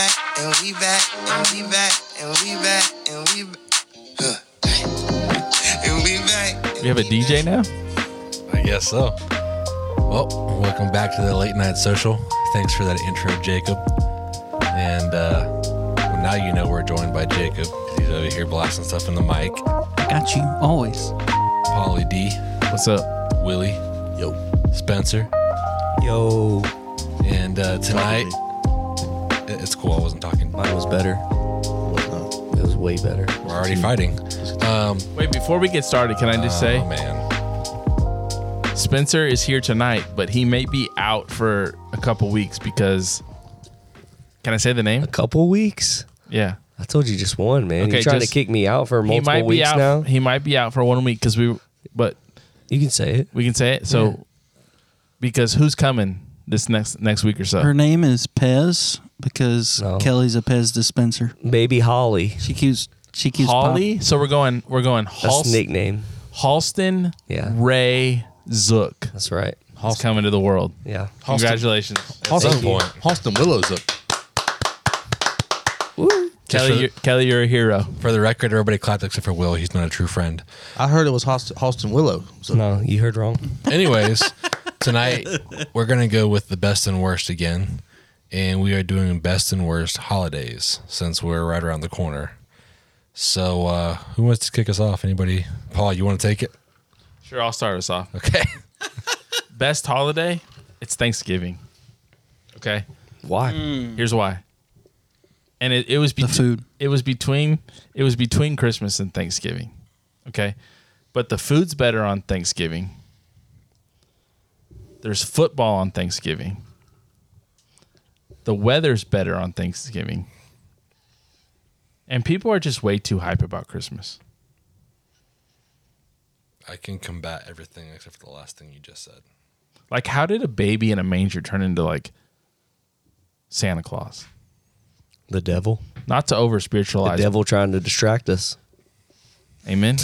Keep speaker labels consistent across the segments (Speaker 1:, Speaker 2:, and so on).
Speaker 1: we back, and we back, and we back, and we back. Huh. And we back.
Speaker 2: You have a DJ now?
Speaker 3: I guess so. Well, welcome back to the late night social. Thanks for that intro, Jacob. And uh, well, now you know we're joined by Jacob. He's over here blasting stuff in the mic.
Speaker 4: Got you always.
Speaker 3: Polly D,
Speaker 2: What's up?
Speaker 3: Willie, yo, Spencer,
Speaker 5: Yo,
Speaker 3: and uh, tonight it- it's cool. I wasn't talking.
Speaker 5: mine was better.
Speaker 6: What's up?
Speaker 5: It was way better.
Speaker 3: We're already fighting. Um,
Speaker 2: Wait, before we get started, can I just say
Speaker 3: oh man,
Speaker 2: Spencer is here tonight, but he may be out for a couple weeks because. Can I say the name?
Speaker 5: A couple weeks.
Speaker 2: Yeah.
Speaker 5: I told you just one, man.
Speaker 2: Okay,
Speaker 5: You're trying
Speaker 2: just-
Speaker 5: to kick me out for multiple
Speaker 2: he might be
Speaker 5: weeks
Speaker 2: out.
Speaker 5: now.
Speaker 2: He might be out for one week because we, but
Speaker 5: You can say it.
Speaker 2: we can say it. So, because who's coming this next next week or so?
Speaker 4: Her name is Pez because
Speaker 5: No.
Speaker 4: Kelly's a Pez dispenser.
Speaker 5: Baby Holly.
Speaker 4: She keeps she keeps pop-
Speaker 2: Holly. So we're going. We're going.
Speaker 5: That's
Speaker 2: Halst-
Speaker 5: nickname.
Speaker 2: Halston.
Speaker 5: Yeah.
Speaker 2: Ray Zook.
Speaker 5: That's right.
Speaker 2: Halston. coming to the world.
Speaker 5: Yeah.
Speaker 2: Congratulations,
Speaker 3: at some
Speaker 5: Thank you.
Speaker 3: point,
Speaker 6: Halston Willows up.
Speaker 3: Just for-
Speaker 2: Kelly. You're, Kelly, you're a hero.
Speaker 3: for the record, everybody clapped except for Will. He's not a true friend.
Speaker 6: I heard it was Halston, Halston Willow. So
Speaker 5: No, you heard wrong.
Speaker 3: Anyways, tonight we're gonna go with the best and worst again, and we are doing best and worst holidays since we're right around the corner. So, uh, who wants to kick us off? Anybody? Paul, you want to take it?
Speaker 2: Sure, I'll start us off.
Speaker 3: Okay.
Speaker 2: Best holiday? It's Thanksgiving. Okay.
Speaker 5: Why?
Speaker 2: Here's why. And it, it was
Speaker 4: the
Speaker 2: bet-
Speaker 4: food.
Speaker 2: It was between it was between Christmas and Thanksgiving. Okay. But the food's better on Thanksgiving. There's football on Thanksgiving. The weather's better on Thanksgiving. And people are just way too hype about Christmas.
Speaker 3: I can combat everything except for the last thing you just said.
Speaker 2: Like how did a baby in a manger turn into like Santa Claus?
Speaker 5: The devil.
Speaker 2: Not to over
Speaker 5: The
Speaker 2: spiritualize.
Speaker 5: devil trying to distract us.
Speaker 2: Amen.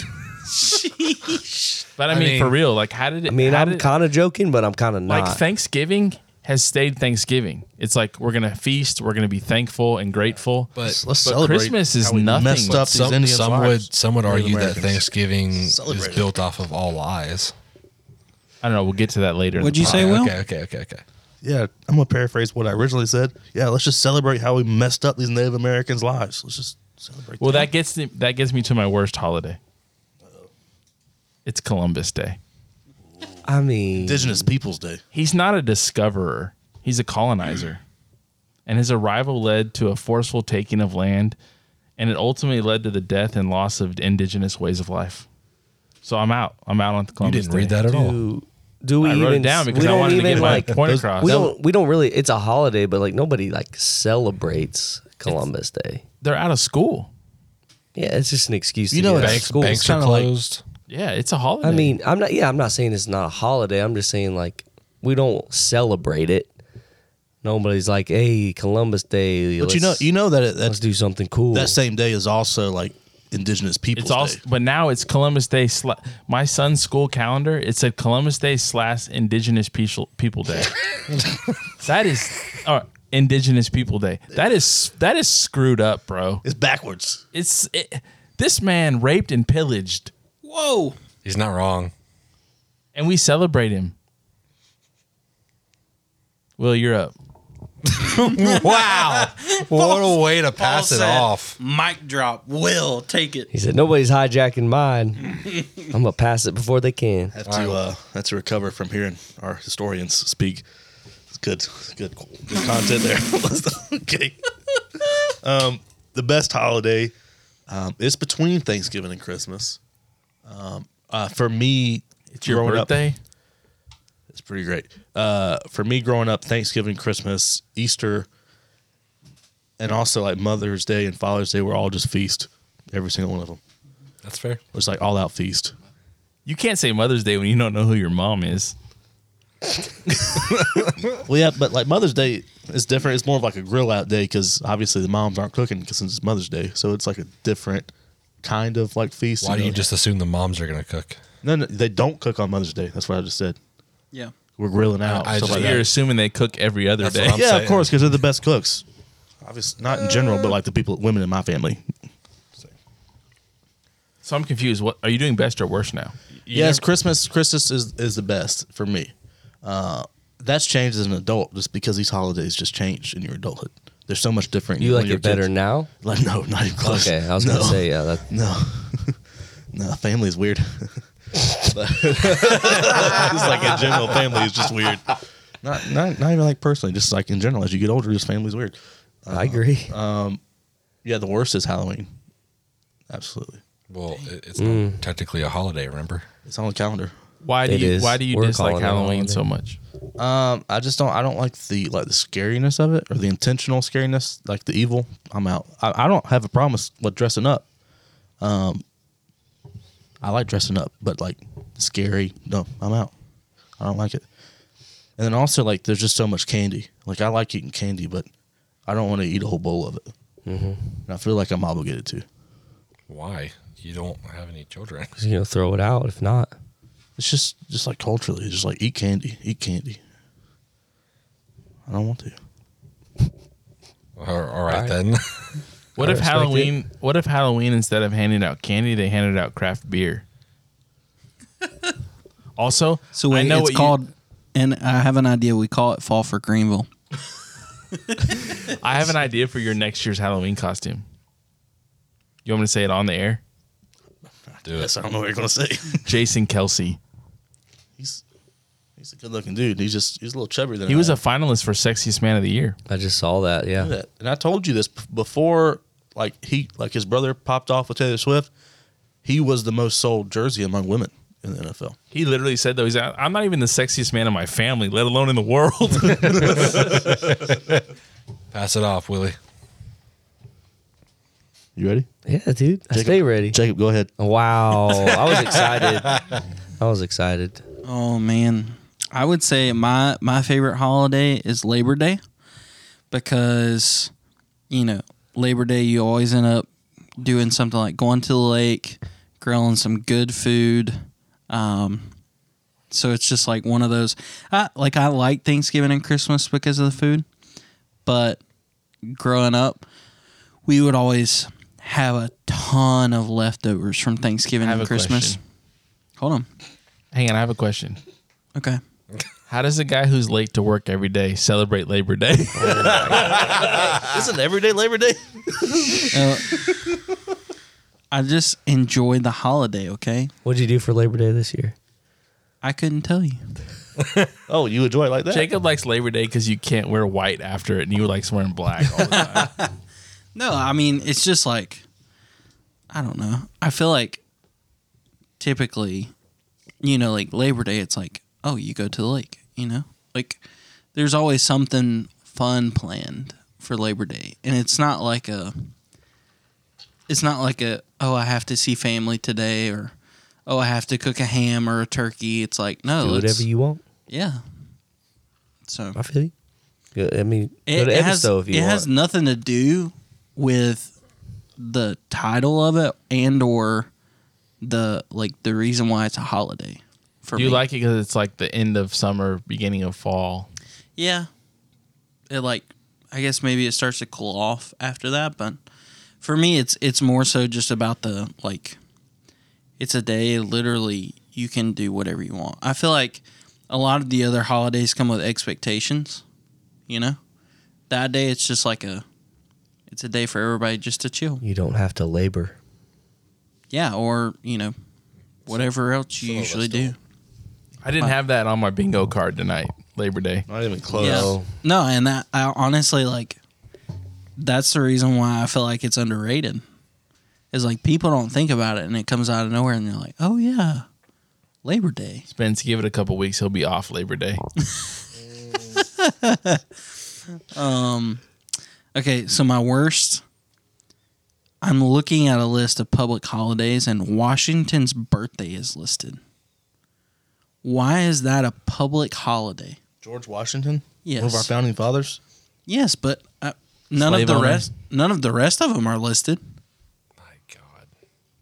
Speaker 2: but I mean,
Speaker 3: mean-
Speaker 2: for real, like how did it?
Speaker 5: I mean,
Speaker 2: how
Speaker 5: I'm
Speaker 2: did-
Speaker 5: kind of joking, but I'm kind of not.
Speaker 2: like Thanksgiving has stayed Thanksgiving. It's like we're gonna feast, we're gonna be thankful and grateful.
Speaker 3: But
Speaker 6: let's
Speaker 2: But
Speaker 6: celebrate.
Speaker 2: Christmas is
Speaker 6: how we
Speaker 2: nothing
Speaker 6: Messed
Speaker 2: with
Speaker 6: up these
Speaker 3: some,
Speaker 6: Indians'
Speaker 3: some
Speaker 6: lives.
Speaker 3: would some would
Speaker 6: Native
Speaker 3: argue that
Speaker 6: Americans.
Speaker 3: Thanksgiving
Speaker 6: Celebrate
Speaker 3: is
Speaker 6: it.
Speaker 3: built off of all lies.
Speaker 2: I don't know. We'll get to that later. in
Speaker 4: What'd
Speaker 2: the
Speaker 4: you say, Will?
Speaker 3: Okay, okay, okay, okay.
Speaker 6: Yeah, I'm gonna paraphrase what I originally said. Yeah, let's just celebrate how we messed up these Native Americans' lives. Let's just celebrate.
Speaker 2: Well, that gets the, that gets me to my worst holiday. It's Columbus Day.
Speaker 5: I mean,
Speaker 6: Indigenous Peoples Day.
Speaker 2: He's not a discoverer. He's a colonizer. And his arrival led to a forceful taking of land, and it ultimately led to the death and loss of indigenous ways of life. So I'm out. I'm out on the
Speaker 3: You
Speaker 2: Columbus
Speaker 3: didn't read
Speaker 2: Day.
Speaker 3: that at all.
Speaker 5: do, do we
Speaker 2: I
Speaker 5: even
Speaker 2: wrote it down
Speaker 5: we
Speaker 2: because I
Speaker 5: don't
Speaker 2: wanted to get
Speaker 5: even,
Speaker 2: my
Speaker 5: like,
Speaker 2: point across.
Speaker 5: We don't. We don't really. It's a holiday, but like nobody like celebrates Columbus Day.
Speaker 2: They're out of school.
Speaker 5: Yeah, it's just an excuse. To
Speaker 6: You
Speaker 5: get
Speaker 6: know,
Speaker 5: out of
Speaker 6: banks-
Speaker 5: school.
Speaker 3: Banks are
Speaker 6: kinda like-
Speaker 3: closed.
Speaker 2: Yeah, it's a holiday.
Speaker 5: I mean, I'm not. Yeah, I'm not saying it's not a holiday. I'm just saying like we don't celebrate it. Nobody's like, hey, Columbus Day.
Speaker 6: But you know,
Speaker 5: let's-
Speaker 6: you know that it,
Speaker 5: let's
Speaker 6: that's
Speaker 5: do something cool.
Speaker 6: that same day is also like Indigenous Peoples
Speaker 2: it's also,
Speaker 6: Day.
Speaker 2: but now it's Columbus Day. Sla- my son's school calendar. It said Columbus Day slash Indigenous People People Day. that is, or Indigenous People Day. That is that is screwed up, bro.
Speaker 6: It's backwards.
Speaker 2: It's it, this man raped and pillaged,
Speaker 4: Whoa.
Speaker 3: He's not wrong.
Speaker 2: and we celebrate him. Will, you're up.
Speaker 3: Wow. what a way to pass it off.
Speaker 4: Mic drop. Will take it.
Speaker 5: he said, nobody's hijacking mine. I'm gonna pass it before they can.
Speaker 6: Have to uh, have to recover from hearing our historians speak. It's good, it's good, good content there. okay. Um, the best holiday um, is between Thanksgiving and Christmas. Um, uh, for me,
Speaker 2: It's your
Speaker 6: growing up-
Speaker 2: birthday.
Speaker 6: it's pretty great. Uh, for me, growing up, Thanksgiving, Christmas, Easter, and also like Mother's Day and Father's Day were all just feast. Every single one of them
Speaker 3: That's fair.
Speaker 6: It was like all out feast.
Speaker 2: You can't say Mother's Day when you don't know who your mom is.
Speaker 6: Well, yeah, but like Mother's Day is different. It's more of like a grill out day because obviously the moms aren't cooking because it's Mother's Day, so it's like a different kind of like feast.
Speaker 3: Why do
Speaker 6: know?
Speaker 3: you just assume the moms are gonna cook?
Speaker 6: No, no, they don't cook on Mother's Day. That's what I just said.
Speaker 4: Yeah.
Speaker 6: We're grilling out.
Speaker 3: I
Speaker 6: stuff
Speaker 3: just-
Speaker 6: like
Speaker 2: You're
Speaker 6: that.
Speaker 2: assuming they cook every other
Speaker 3: That's
Speaker 2: day.
Speaker 3: what I'm
Speaker 6: Yeah,
Speaker 3: saying.
Speaker 6: of course, because they're the best cooks. Obviously, not in general, but like the people, women in my family.
Speaker 2: So I'm confused. What are you doing best or worst now?
Speaker 6: yes, Christmas Christmas is is the best for me. Uh, that's changed as an adult, just because these holidays just change in your adulthood. They're so much different.
Speaker 5: You
Speaker 6: when
Speaker 5: like
Speaker 6: you're
Speaker 5: it better
Speaker 6: kids.
Speaker 5: now?
Speaker 6: Like no, not even close.
Speaker 5: Okay, I was
Speaker 6: no,
Speaker 5: gonna say yeah. That,
Speaker 6: no, no. Family is weird. But- just like in general, family is just weird. Not, not not even like personally, just like in general. As you get older, just family's weird. Uh,
Speaker 5: I agree.
Speaker 6: Yeah, the worst is Halloween. Absolutely,
Speaker 3: Well, it, it's not technically a holiday, remember?
Speaker 6: it's on the calendar.
Speaker 2: Why do
Speaker 5: It
Speaker 2: you
Speaker 5: is.
Speaker 2: Why do you
Speaker 5: We're
Speaker 2: dislike
Speaker 5: calling it
Speaker 2: Halloween
Speaker 5: holiday.
Speaker 2: so much?
Speaker 6: Um, I just don't. I don't like the like the scariness of it or the intentional scariness, like the evil. I'm out. I, I don't have a problem with- with dressing up. Um, I like dressing up, but like scary. No, I'm out. I don't like it. And then also like there's just so much candy. Like I like eating candy, but I don't want to eat a whole bowl of it. And I feel like I'm obligated to.
Speaker 3: Why? You don't have any children.
Speaker 5: you know, throw it out if not.
Speaker 6: It's just just like culturally, it's just like eat candy, eat candy. I don't want to.
Speaker 3: All- all right, then.
Speaker 2: What if
Speaker 5: respect it.
Speaker 2: Halloween? What if Halloween instead of handing out candy, they handed out craft beer? also,
Speaker 4: So wait,
Speaker 2: I know
Speaker 4: it's
Speaker 2: what
Speaker 4: called, and I have an idea. We call it Fall for Greenville.
Speaker 2: You, I have an idea for your next year's Halloween costume. You want me to say it on the air?
Speaker 3: Do it.
Speaker 6: Yes, I don't know what you're gonna say.
Speaker 2: Jason Kelsey.
Speaker 6: He's he's a good looking dude. He's just he's a little chubbier than
Speaker 2: He
Speaker 6: I
Speaker 2: was a
Speaker 6: am.
Speaker 2: finalist for sexiest man of the year.
Speaker 5: I just saw that.
Speaker 6: I
Speaker 5: Yeah.
Speaker 6: knew that. And I told you this b- before. Like he like his brother popped off with Taylor Swift. He was the most sold jersey among women in the NFL.
Speaker 2: He literally said though, he's like, I'm not even the sexiest man in my family, let alone in the world.
Speaker 3: Pass it off, Willie.
Speaker 6: You ready?
Speaker 5: Yeah, dude. I stay ready.
Speaker 6: Jacob, go ahead.
Speaker 5: Wow. I was excited. I was excited.
Speaker 4: Oh man, I would say my my favorite holiday is Labor Day because you know Labor Day you always end up doing something like going to the lake, grilling some good food. Um, so it's just like one of those. I, like I like Thanksgiving and Christmas because of the food, but growing up, we would always have a ton of leftovers from Thanksgiving
Speaker 2: I have
Speaker 4: and
Speaker 2: a
Speaker 4: Christmas.
Speaker 2: question.
Speaker 4: Hold on.
Speaker 2: Hang on, I have a question.
Speaker 4: Okay.
Speaker 2: How does a guy who's late to work every day celebrate Labor Day?
Speaker 6: Isn't everyday Labor Day?
Speaker 4: Uh, I just enjoyed the holiday, okay?
Speaker 5: What'd you do for Labor Day this year?
Speaker 4: I couldn't tell you.
Speaker 6: Oh, you enjoy it like that?
Speaker 2: Jacob likes Labor Day because you can't wear white after it, and you likes wearing black. All the time.
Speaker 4: No, I mean, it's just like, I don't know. I feel like typically, you know, like Labor Day, it's like, oh, you go to the lake, you know? Like, there's always something fun planned for Labor Day. And it's not like a, it's not like a, oh, I have to see family today or, oh, I have to cook a ham or a turkey. It's like, no,
Speaker 5: do
Speaker 4: let's-
Speaker 5: whatever you want.
Speaker 4: Yeah. So
Speaker 5: I feel you. Go- I mean, go
Speaker 4: it,
Speaker 5: to
Speaker 4: it
Speaker 5: Ebbets,
Speaker 4: has
Speaker 5: though, if you
Speaker 4: it
Speaker 5: want.
Speaker 4: has nothing to do with the title of it and or the like the reason why it's a holiday. For
Speaker 2: you
Speaker 4: me.
Speaker 2: like it because it's like the end of summer, beginning of fall.
Speaker 4: yeah. It like I guess maybe it starts to cool off after that, but for me it's it's more so just about the like it's a day literally you can do whatever you want. I feel like a lot of the other holidays come with expectations, you know? That day it's just like a it's a day for everybody just to chill.
Speaker 5: you don't have to labor.
Speaker 4: Yeah, or, you know, whatever else you
Speaker 3: Some of us
Speaker 4: usually do.
Speaker 3: don't.
Speaker 2: I didn't have that on my bingo card tonight, Labor Day.
Speaker 6: Not even close.
Speaker 5: Oh.
Speaker 4: No, and that I honestly like that's the reason why I feel like it's underrated. Is like people don't think about it and it comes out of nowhere and they're like, Oh yeah, Labor Day.
Speaker 2: Spence, give it a couple weeks, he'll be off Labor Day.
Speaker 4: Okay, so my worst I'm looking at a list of public holidays and Washington's birthday is listed. Why is that a public holiday?
Speaker 6: George Washington, one
Speaker 4: Yes.
Speaker 6: of our founding fathers.
Speaker 4: Yes, but uh, none
Speaker 2: Slave
Speaker 4: of the
Speaker 2: owners.
Speaker 4: rest none of the rest of them are listed.
Speaker 3: My God.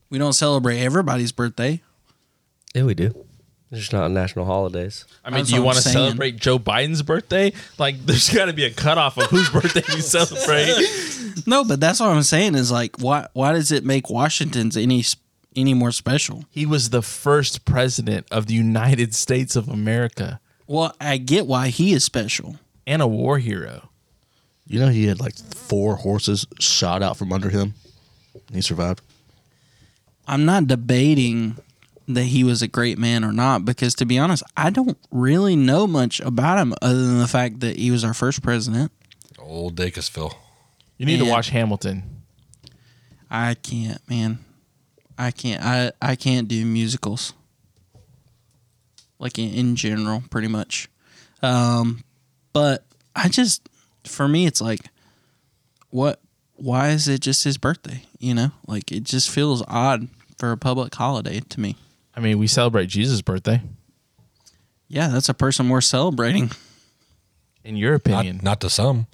Speaker 4: We don't celebrate everybody's birthday.
Speaker 5: Yeah, we do. They're just not national holidays.
Speaker 2: I mean,
Speaker 4: That's
Speaker 2: do you
Speaker 4: what I'm
Speaker 2: want to
Speaker 4: saying.
Speaker 2: celebrate Joe Biden's birthday? Like, there's got to be a cutoff of whose birthday we celebrate.
Speaker 4: No, but that's what I'm saying is like, why why does it make Washington's any s- any more special?
Speaker 2: He was the first president of the United States of America
Speaker 4: Well, I get why he is special.
Speaker 2: and a war hero.
Speaker 6: You know, he had like four horses shot out from under him. And he survived.
Speaker 4: I'm not debating that he was a great man or not because to be honest, I don't really know much about him other than the fact that he was our first president.
Speaker 3: Old Dacusville.
Speaker 2: You need to
Speaker 4: Man.
Speaker 2: watch Hamilton.
Speaker 4: I can't, man. I can't. I I can't do musicals. Like in, in general, pretty much. Um, but I just, for me, it's like, what? Why is it just his birthday? You know, like it just feels odd for a public holiday to me.
Speaker 2: I mean, we celebrate Jesus' birthday.
Speaker 4: Yeah, that's a person we're celebrating.
Speaker 2: In your opinion,
Speaker 3: Not, not to some.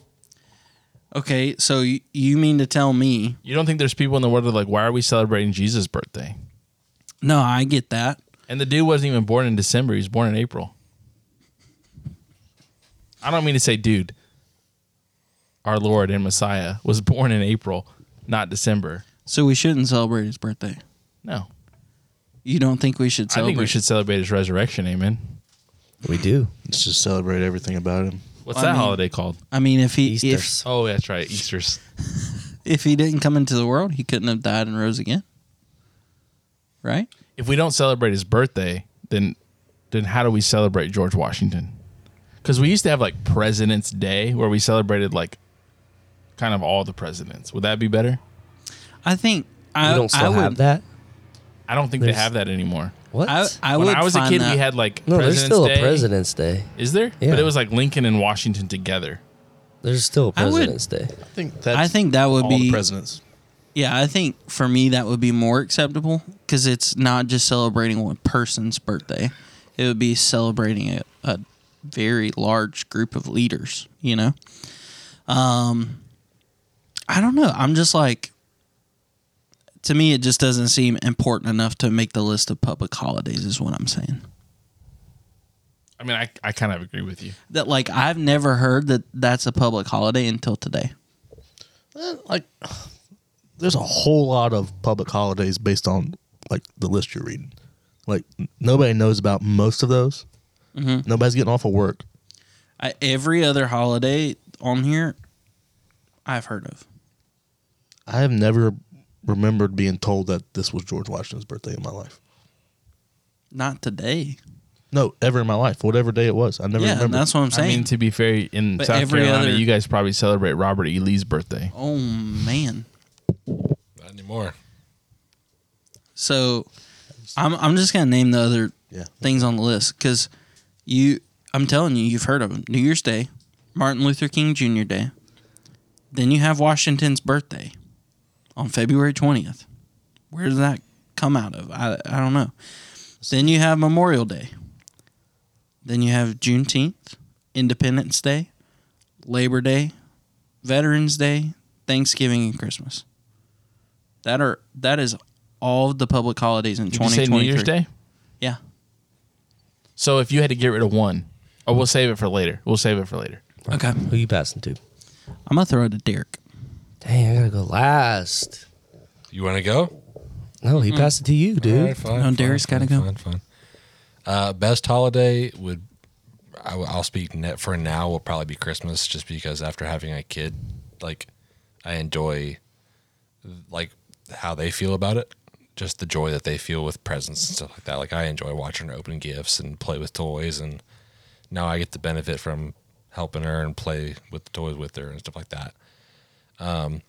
Speaker 4: Okay, so you, you mean to tell me
Speaker 2: you don't think there's people in the world that are like, why are we celebrating Jesus' birthday?
Speaker 4: No, I get that.
Speaker 2: And the dude wasn't even born in December. He was born in April. I don't mean to say dude. Our Lord and Messiah was born in April, not December.
Speaker 4: So we shouldn't celebrate his birthday.
Speaker 2: No.
Speaker 4: You don't think we should
Speaker 2: I
Speaker 4: celebrate?
Speaker 2: think we should celebrate his resurrection. Amen.
Speaker 5: We do.
Speaker 6: Let's just celebrate everything about him.
Speaker 2: What's
Speaker 4: Well, I
Speaker 2: that
Speaker 4: mean-
Speaker 2: holiday called?
Speaker 4: I mean, if he
Speaker 5: Easter.
Speaker 4: if
Speaker 2: Oh, that's right. Easter's.
Speaker 4: if he didn't come into the world, he couldn't have died and rose again, right?
Speaker 2: If we don't celebrate his birthday, then then how do we celebrate George Washington? Because we used to have like President's Day where we celebrated like kind of all the presidents. Would that be better?
Speaker 4: I think I
Speaker 5: You don't
Speaker 4: I
Speaker 5: still
Speaker 4: would,
Speaker 5: have that?
Speaker 2: I don't think they
Speaker 5: There's-
Speaker 2: have that anymore.
Speaker 5: What?
Speaker 4: I, I
Speaker 2: when
Speaker 4: would
Speaker 2: I was a
Speaker 4: find
Speaker 2: kid,
Speaker 4: that-
Speaker 2: we had like
Speaker 5: no, there's
Speaker 2: President's
Speaker 5: still
Speaker 2: Day.
Speaker 5: a President's Day.
Speaker 2: Is there?
Speaker 5: Yeah.
Speaker 2: But it was like Lincoln and Washington together.
Speaker 5: There's still a
Speaker 4: I would-
Speaker 5: President's Day.
Speaker 6: I think that's
Speaker 4: I think that would
Speaker 6: all the
Speaker 4: be
Speaker 6: presidents.
Speaker 4: yeah. I think for me that would be more acceptable because it's not just celebrating one person's birthday; it would be celebrating a, a very large group of leaders. You know, um, I don't know. I'm just like, to me, it just doesn't seem important enough to make the list of public holidays. Is what I'm saying.
Speaker 2: I mean, I, I kind of agree with you.
Speaker 4: that like I've never heard that that's a public holiday until today.
Speaker 6: Eh, Like, there's a whole lot of public holidays based on like the list you're reading. Like, n- nobody knows about most of those.
Speaker 5: Mm-hmm.
Speaker 6: Nobody's getting off of work.
Speaker 4: I, every other holiday on here, I've heard of.
Speaker 6: I have never remembered being told that this was George Washington's birthday in my life.
Speaker 4: Not today.
Speaker 6: No, ever in my life, whatever day it was, I never
Speaker 4: yeah,
Speaker 6: remember.
Speaker 4: that's what I'm saying.
Speaker 2: I mean, to be fair, in
Speaker 4: But
Speaker 2: South
Speaker 4: every
Speaker 2: Carolina,
Speaker 4: other-
Speaker 2: you guys probably celebrate Robert E. Lee's birthday.
Speaker 4: oh man.
Speaker 3: Not anymore.
Speaker 4: So I'm I'm just gonna name the other
Speaker 6: Yeah.
Speaker 4: things on the list because you I'm telling you you've heard of them. New Year's Day, Martin Luther King Jr. Day. Then you have Washington's birthday on February twentieth. Where does that come out of? I I don't know. Then you have Memorial Day. Then you have Juneteenth, Independence Day, Labor Day, Veterans Day, Thanksgiving, and Christmas. That are that is all of the public holidays in
Speaker 2: Did you say New
Speaker 4: 2023.
Speaker 2: Year's Day?
Speaker 4: Yeah.
Speaker 2: So if you had to get rid of one, or we'll save it for later. We'll save it for later.
Speaker 4: Okay. I'm
Speaker 5: Who you passing to?
Speaker 4: gonna throw it to Derek.
Speaker 5: Dang, I gotta go last.
Speaker 3: You want to go?
Speaker 5: No, he passed it to you, dude.
Speaker 3: All right, fine.
Speaker 4: No,
Speaker 3: fine,
Speaker 4: Derek's
Speaker 3: fine,
Speaker 4: gotta go.
Speaker 3: Fine, fine. Uh, best holiday would I, will speak net for now will probably be Christmas, just because after having a kid, like I enjoy like how they feel about it, just the joy that they feel with presents and stuff like that. Like I enjoy watching her open gifts and play with toys, and now I get the benefit from helping her and play with the toys with her and stuff like that. Um,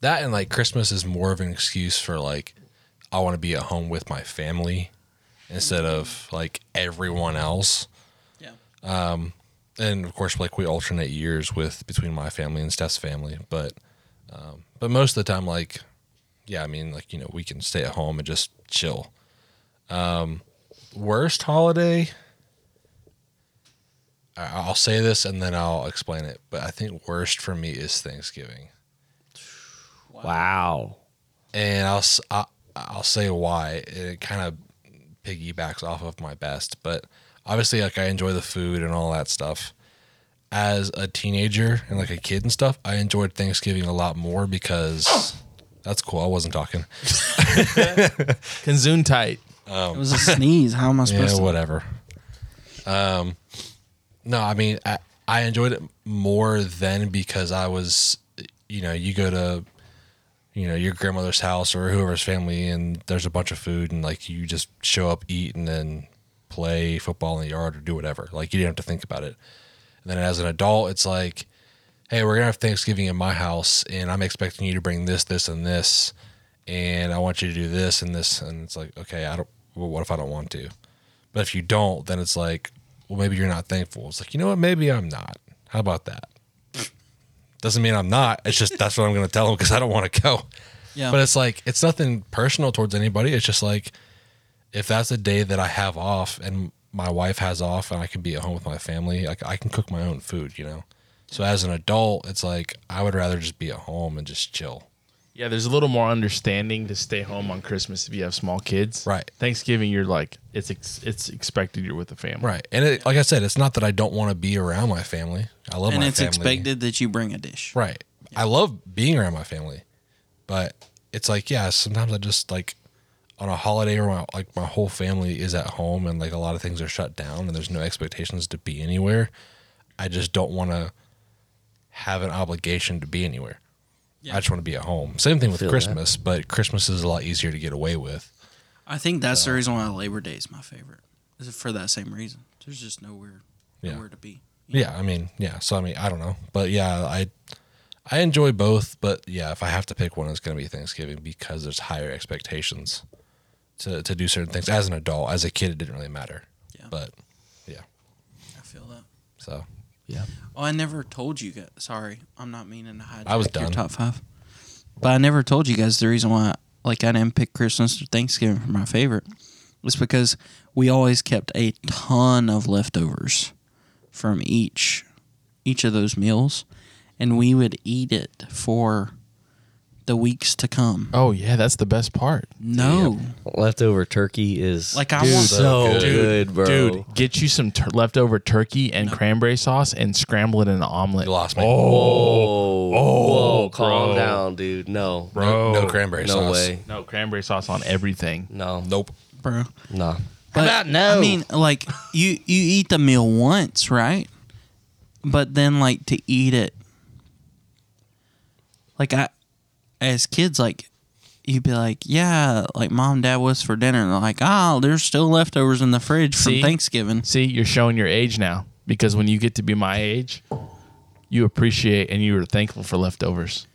Speaker 3: that and like Christmas is more of an excuse for like I want to be at home with my family instead of like everyone else. Um,
Speaker 4: Yeah.
Speaker 3: And of course, like we alternate years with between my family and Steph's family, but um, but most of the time, like yeah, I mean, like you know, we can stay at home and just chill. Um, worst holiday. I- I'll say this and then I'll explain it, but I think worst for me is Thanksgiving.
Speaker 5: Wow.
Speaker 3: and I'll s- I, will i will say why. It kind of piggybacks off of my best, but obviously, like I enjoy the food and all that stuff. As a teenager and like a kid and stuff, I enjoyed Thanksgiving a lot more because that's cool. I wasn't talking.
Speaker 2: Consume tight.
Speaker 4: It was a sneeze. How am I supposed
Speaker 3: Yeah,
Speaker 4: to?
Speaker 3: whatever. Um, no, I mean, I, I enjoyed it more then because I was, you know, you go to, you know, your grandmother's house or whoever's family, and there's a bunch of food, and like you just show up, eat, and then play football in the yard or do whatever. Like you didn't have to think about it. And then as an adult, it's like, hey, we're gonna have Thanksgiving in my house, and I'm expecting you to bring this, this, and this, and I want you to do this and this, and it's like, okay, I don't. Well, what if I don't want to? But if you don't, then it's like, well, maybe you're not thankful. It's like, you know what? Maybe I'm not. How about that? Doesn't mean I'm not. It's just that's what I'm gonna tell them because I don't want to go.
Speaker 4: Yeah.
Speaker 3: But it's like it's nothing personal towards anybody. It's just like if that's a day that I have off and my wife has off and I can be at home with my family, like I can cook my own food, you know. So as an adult, it's like I would rather just be at home and just chill.
Speaker 2: Yeah, there's a little more understanding to stay home on Christmas if you have small kids.
Speaker 3: Right.
Speaker 2: Thanksgiving, you're like it's ex- it's expected you're with the family.
Speaker 3: Right. And it, like I said, it's not that I don't want to be around my family. I love
Speaker 4: and
Speaker 3: my
Speaker 4: it's
Speaker 3: family.
Speaker 4: expected that you bring a dish.
Speaker 3: Right. I love being around my family, but it's like, yeah, sometimes I just like on a holiday where my, like my whole family is at home and like a lot of things are shut down and there's no expectations to be anywhere. I just don't want to have an obligation to be anywhere. I just want to be at home. Same thing with
Speaker 5: Feel that.
Speaker 3: Christmas, but Christmas is a lot easier to get away with.
Speaker 4: I think that's the reason why Labor Day is my favorite. Is it for that same reason? There's just nowhere,
Speaker 3: Yeah.
Speaker 4: nowhere to be.
Speaker 3: Yeah, I mean, yeah. So I mean, I don't know, but yeah, I I enjoy both, but yeah, if I have to pick one, it's going to be Thanksgiving because there's higher expectations to to do certain things. As an adult, as a kid, it didn't really matter.
Speaker 4: Yeah.
Speaker 3: But yeah,
Speaker 4: I feel that.
Speaker 3: so
Speaker 4: Oh, I never told you guys. Sorry, I'm not meaning to hide.
Speaker 3: I was
Speaker 4: Your
Speaker 3: done.
Speaker 4: top five, but I never told you guys the reason why. Like I didn't pick Christmas or Thanksgiving for my favorite was because we always kept a ton of leftovers from each each of those meals, and we would eat it for the weeks to come.
Speaker 2: Oh yeah, that's the best part.
Speaker 4: no,
Speaker 5: Leftover turkey is
Speaker 4: like I want.
Speaker 5: so
Speaker 3: Dude,
Speaker 5: good, bro.
Speaker 2: Dude, get you some tur leftover turkey and cranberry sauce and scramble it in an omelet.
Speaker 3: you lost me.
Speaker 5: Oh, whoa, calm
Speaker 2: bro.
Speaker 5: down, dude. No,
Speaker 3: no, no cranberry
Speaker 5: no
Speaker 3: sauce.
Speaker 5: way,
Speaker 2: No cranberry sauce on everything.
Speaker 5: no,
Speaker 3: Nope.
Speaker 4: bro.
Speaker 5: no.
Speaker 4: But,
Speaker 5: about no?
Speaker 4: I mean, like you you eat the meal once, right? But then like to eat it, like I, as kids, like you'd be like, yeah, like mom, and dad, what's for dinner? And they're like, oh, there's still leftovers in the fridge from
Speaker 2: See?
Speaker 4: Thanksgiving.
Speaker 2: See, you're showing your age now because when you get to be my age, you appreciate and you are thankful for leftovers.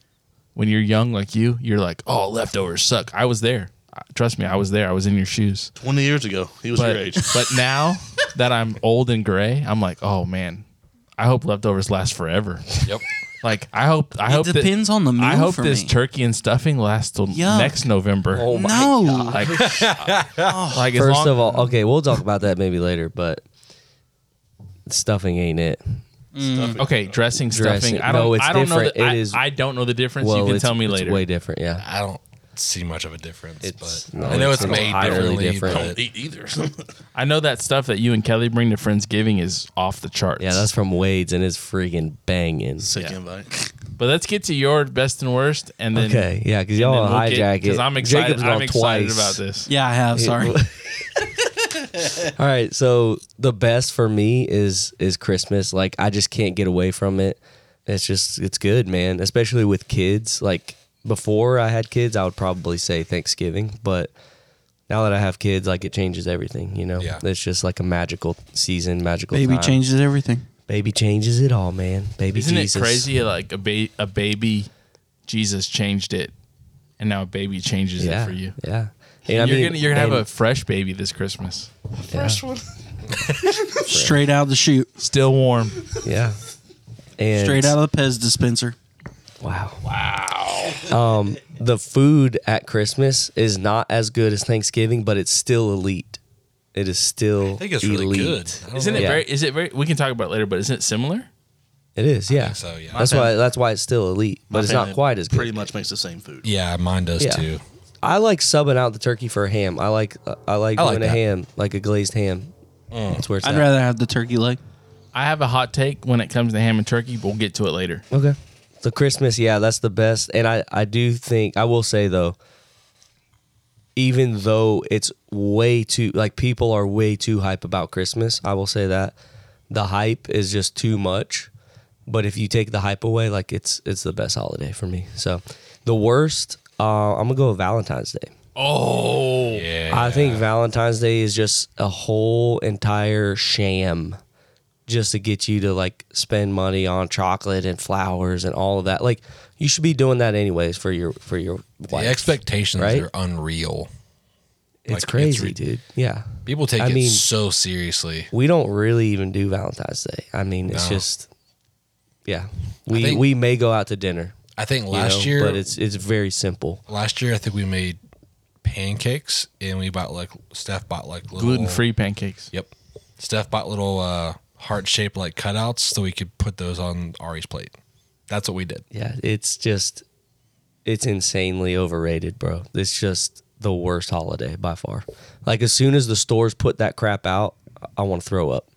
Speaker 2: When you're young like you, you're like, "Oh, leftovers suck." I was there. Uh, Trust me, I was there. I was in your shoes.
Speaker 6: 20 years ago, he was
Speaker 2: But
Speaker 6: your age.
Speaker 2: but now that I'm old and gray, I'm like, "Oh man, I hope leftovers last forever."
Speaker 3: Yep.
Speaker 2: Like I hope I hope that-
Speaker 4: depends on the meal
Speaker 2: I hope
Speaker 4: for
Speaker 2: this
Speaker 4: me.
Speaker 2: turkey and stuffing lasts till
Speaker 4: Yuck.
Speaker 2: next November.
Speaker 5: Oh my
Speaker 4: No,
Speaker 2: Like, like as
Speaker 5: First
Speaker 2: long-
Speaker 5: of all, okay, we'll talk about that maybe later, but stuffing ain't it.
Speaker 2: okay, dressing,
Speaker 5: Dressing.
Speaker 2: stuffing. I don't.
Speaker 5: No, it's
Speaker 2: I don't know.
Speaker 5: different.
Speaker 2: The, I,
Speaker 5: It is-
Speaker 2: I don't know the difference.
Speaker 5: Well,
Speaker 2: you can
Speaker 5: it's-
Speaker 2: tell me
Speaker 5: it's
Speaker 2: later.
Speaker 5: way different, yeah.
Speaker 3: I don't see much of a difference,
Speaker 5: It's-
Speaker 3: but
Speaker 5: no,
Speaker 3: I know
Speaker 5: it's
Speaker 3: it's, made differently.
Speaker 5: entirely different.
Speaker 3: but-
Speaker 6: Don't eat either.
Speaker 2: I know that stuff that you and Kelly bring to Friendsgiving is off the charts.
Speaker 5: Yeah, that's from Wade's and it's freaking banging.
Speaker 6: Sick invite.
Speaker 2: But let's get to your best and worst, and then
Speaker 5: Okay, yeah, because y'all
Speaker 2: then we'll
Speaker 5: hijack
Speaker 2: get-
Speaker 5: it.
Speaker 2: I'm excited.
Speaker 5: Jacob's
Speaker 2: I'm
Speaker 5: gone
Speaker 2: excited
Speaker 5: twice.
Speaker 2: about this.
Speaker 4: yeah, I have. Sorry,
Speaker 5: All right, so the best for me is is Christmas. Like I just can't get away from it. It's just it's good, man. Especially with kids. Like before I had kids, I would probably say Thanksgiving, but now that I have kids, like it changes everything. You know,
Speaker 3: Yeah.
Speaker 5: it's just like a magical season, magical.
Speaker 4: baby
Speaker 5: time.
Speaker 4: changes everything.
Speaker 5: Baby changes it all, man. Baby
Speaker 2: Isn't
Speaker 5: Jesus.
Speaker 2: it crazy? Like a ba- a baby, Jesus changed it, and now a baby changes
Speaker 5: Yeah,
Speaker 2: it for you.
Speaker 5: yeah.
Speaker 2: And
Speaker 5: And
Speaker 2: you're gonna you're gonna have
Speaker 5: and-
Speaker 2: a fresh baby this Christmas.
Speaker 4: Straight out of the chute,
Speaker 2: Still warm.
Speaker 5: yeah. And
Speaker 4: straight out of the Pez dispenser.
Speaker 5: Wow. Wow. Um, the food at Christmas is not as good as Thanksgiving, but it's still elite. It is still
Speaker 3: I think it's
Speaker 5: elite.
Speaker 3: really good. I don't
Speaker 2: Isn't
Speaker 3: know.
Speaker 2: it
Speaker 5: Yeah.
Speaker 2: very? Is it very? We can talk about it later, but isn't it similar?
Speaker 5: It is, yeah.
Speaker 3: think so, yeah.
Speaker 5: That's
Speaker 3: My
Speaker 5: why that's why it's still elite, but it's not quite as good.
Speaker 6: Pretty much makes the same food.
Speaker 3: Yeah, mine does
Speaker 5: Yeah.
Speaker 3: too.
Speaker 5: I like subbing out the turkey for a ham. I like uh, I like
Speaker 3: I like
Speaker 5: doing a
Speaker 3: that.
Speaker 5: ham, like a glazed ham.
Speaker 3: Mm.
Speaker 5: That's where it's
Speaker 4: I'd
Speaker 5: at.
Speaker 4: rather have the turkey leg.
Speaker 2: I have a hot take when it comes to ham and turkey, but we'll get to it later.
Speaker 5: Okay. So Christmas, yeah, that's the best. And I, I do think I will say though, even though it's way too like people are way too hype about Christmas, I will say that the hype is just too much. But if you take the hype away, like it's it's the best holiday for me. So the worst, uh, I'm gonna go with Valentine's Day.
Speaker 3: Yeah.
Speaker 5: I think Valentine's Day is just a whole entire sham just to get you to like spend money on chocolate and flowers and all of that. Like you should be doing that anyways for your for your
Speaker 3: the
Speaker 5: wife.
Speaker 3: expectations
Speaker 5: right?
Speaker 3: are unreal.
Speaker 5: it's
Speaker 3: like, it's
Speaker 5: crazy,
Speaker 3: re-
Speaker 5: dude. Yeah.
Speaker 3: People take
Speaker 5: I
Speaker 3: it
Speaker 5: mean-
Speaker 3: so seriously.
Speaker 5: We don't really even do Valentine's Day. I mean, it's
Speaker 3: No.
Speaker 5: just yeah. We
Speaker 3: think-
Speaker 5: we may go out to dinner
Speaker 3: I think
Speaker 5: you
Speaker 3: last
Speaker 5: know,
Speaker 3: year,
Speaker 5: but it's it's very simple.
Speaker 3: last year I think we made pancakes and we bought like Steph bought like little
Speaker 2: Gluten free pancakes.
Speaker 3: Yep, Steph bought little uh, heart shaped like cutouts so we could put those on Ari's plate. That's what we did.
Speaker 5: Yeah, it's just it's insanely overrated, bro. It's just the worst holiday by far. Like as soon as the stores put that crap out, I want to throw up.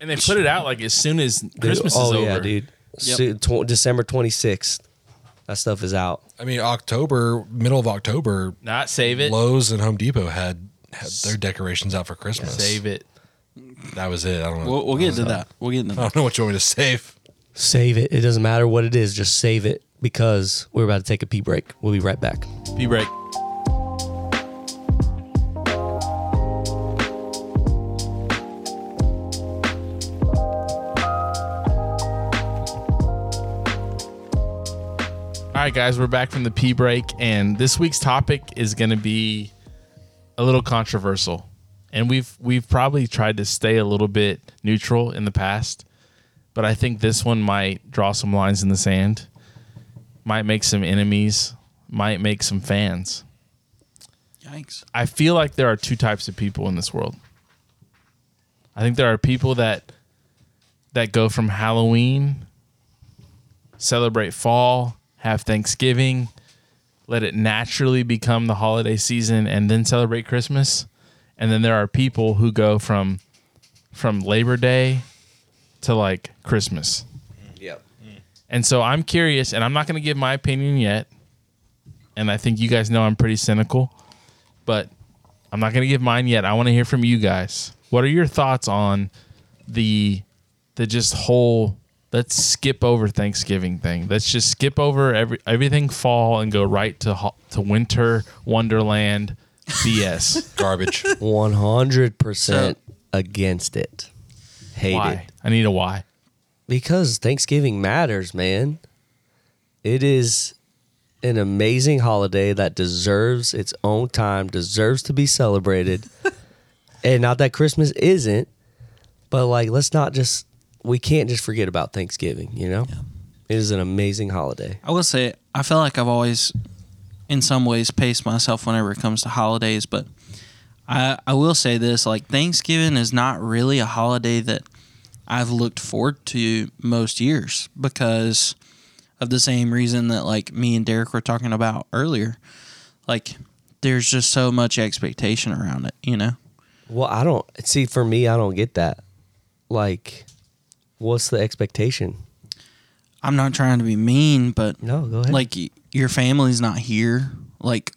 Speaker 2: And they put it out like as soon as Christmas
Speaker 5: oh
Speaker 2: is over.
Speaker 5: yeah, dude. So- tw- December twenty sixth, that stuff is out.
Speaker 3: I mean, October, middle of October,
Speaker 2: Not save it.
Speaker 3: Lowe's and Home Depot had, had their decorations out for Christmas.
Speaker 2: Save it.
Speaker 3: That was it. I don't know.
Speaker 4: We'll, we'll get to that. We'll get into
Speaker 3: I
Speaker 4: that.
Speaker 3: don't know what you want me to save.
Speaker 5: Save it. It doesn't matter what it is. Just save it because we're about to take a pee break. We'll be right back.
Speaker 2: Be break. All right, guys, we're back from the pee break, and this week's topic is going to be a little controversial, and we've we've probably tried to stay a little bit neutral in the past, but I think this one might draw some lines in the sand, might make some enemies, might make some fans.
Speaker 5: Oh.
Speaker 4: Yikes.
Speaker 2: I feel like there are two types of people in this world. I think there are people that that go from Halloween, celebrate fall, have Thanksgiving, let it naturally become the holiday season and then celebrate Christmas. And then there are people who go from from Labor Day to like Christmas.
Speaker 5: Yep.
Speaker 2: And so I'm curious, and I'm not going to give my opinion yet. And I think you guys know I'm pretty cynical, but I'm not going to give mine yet. I want to hear from you guys. What are your thoughts on the the just whole let's skip over Thanksgiving thing. Let's just skip over every everything fall and go right to ho- to winter wonderland BS.
Speaker 3: Garbage.
Speaker 5: One hundred percent against it. Hate it.
Speaker 2: why? I need a why.
Speaker 5: Because Thanksgiving matters, man. It is an amazing holiday that deserves its own time, deserves to be celebrated. and not that Christmas isn't, but like, let's not just, we can't just forget about Thanksgiving, you know? It is an amazing holiday.
Speaker 4: I will say, I feel like I've always, in some ways, paced myself whenever it comes to holidays, but I, I will say this like, Thanksgiving is not really a holiday that I've looked forward to most years because of the same reason that, like, me and Derek were talking about earlier. Like, there's just so much expectation around it, you know?
Speaker 5: Well, I don't, see, for me, I don't get that. Like, what's the expectation?
Speaker 4: I'm not trying to be mean, but
Speaker 5: No, go ahead.
Speaker 4: like y- your family's not here. Like,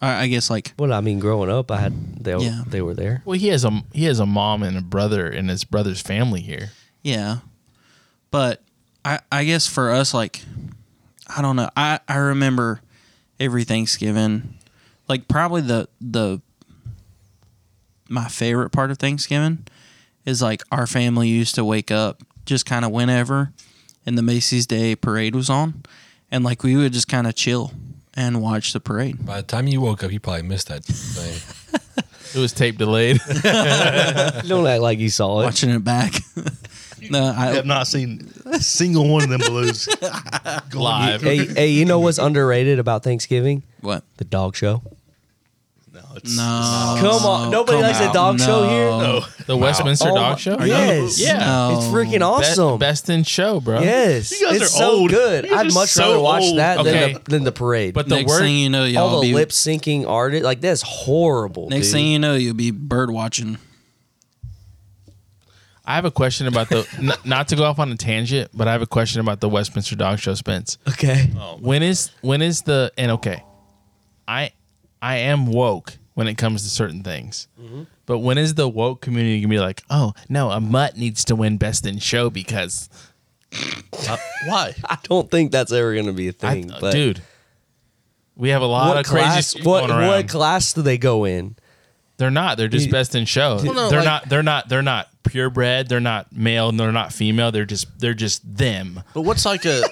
Speaker 4: I, I guess like
Speaker 5: well, I mean, growing up, I had, they,
Speaker 4: Yeah.
Speaker 5: they were there.
Speaker 2: Well, he has a he has a mom and a brother and his brother's family here.
Speaker 4: yeah, but I I guess for us like I don't know. I I remember every Thanksgiving, like probably the the my favorite part of Thanksgiving is like our family used to wake up just kind of whenever, and the Macy's Day Parade was on, and like we would just kind of chill and watch the parade.
Speaker 3: By the time you woke up, you probably missed that thing.
Speaker 2: It was tape delayed.
Speaker 5: don't act like you saw it.
Speaker 4: watching it back. no,
Speaker 6: I
Speaker 4: I,
Speaker 6: have not seen a single one of them balloons
Speaker 2: Live.
Speaker 5: hey, hey, you know what's underrated about Thanksgiving?
Speaker 4: what?
Speaker 5: The dog show.
Speaker 6: No, it's
Speaker 4: No.
Speaker 5: Come on. Nobody
Speaker 4: Oh, come
Speaker 5: likes a
Speaker 4: out.
Speaker 5: dog show
Speaker 4: No.
Speaker 5: here?
Speaker 6: it's- no.
Speaker 2: The Westminster
Speaker 5: Oh
Speaker 2: Dog
Speaker 5: my-
Speaker 2: Show?
Speaker 5: Yes.
Speaker 2: Yeah.
Speaker 4: No.
Speaker 5: It's freaking
Speaker 2: Be-
Speaker 5: awesome.
Speaker 2: best in show, bro.
Speaker 5: Yes.
Speaker 6: You guys
Speaker 5: it's
Speaker 6: are
Speaker 5: so
Speaker 6: old.
Speaker 5: good.
Speaker 6: You're
Speaker 5: I'd
Speaker 6: just
Speaker 5: much
Speaker 6: so
Speaker 5: rather watch
Speaker 6: old.
Speaker 5: that
Speaker 2: Okay.
Speaker 5: than, the, than the parade.
Speaker 2: But the
Speaker 4: Next
Speaker 2: word
Speaker 4: thing you know, y'all
Speaker 5: all the
Speaker 4: be
Speaker 5: lip syncing artists, like that's horrible.
Speaker 4: Next
Speaker 5: dude.
Speaker 4: thing you know, you'll be bird watching.
Speaker 2: I have a question about the n- not to go off on a tangent, but I have a question about the Westminster Dog Show, Spence.
Speaker 5: okay,
Speaker 2: When is when is the and okay, I I am woke when it comes to certain things,
Speaker 5: Mm-hmm.
Speaker 2: but when is the woke community gonna be like, oh no, a mutt needs to win best in show because
Speaker 6: Why?
Speaker 5: I don't think that's ever going to be a
Speaker 2: I- uh,
Speaker 5: thing. but
Speaker 2: dude, we have a lot
Speaker 5: what
Speaker 2: of crazy
Speaker 5: class?
Speaker 2: shit
Speaker 5: What
Speaker 2: going around.
Speaker 5: what class do they go in?
Speaker 2: They're not. They're just best in show.
Speaker 6: no,
Speaker 2: they're
Speaker 6: like-
Speaker 2: not. They're not. They're not purebred. They're not male. They're not female. They're just. They're just them.
Speaker 6: But what's like a?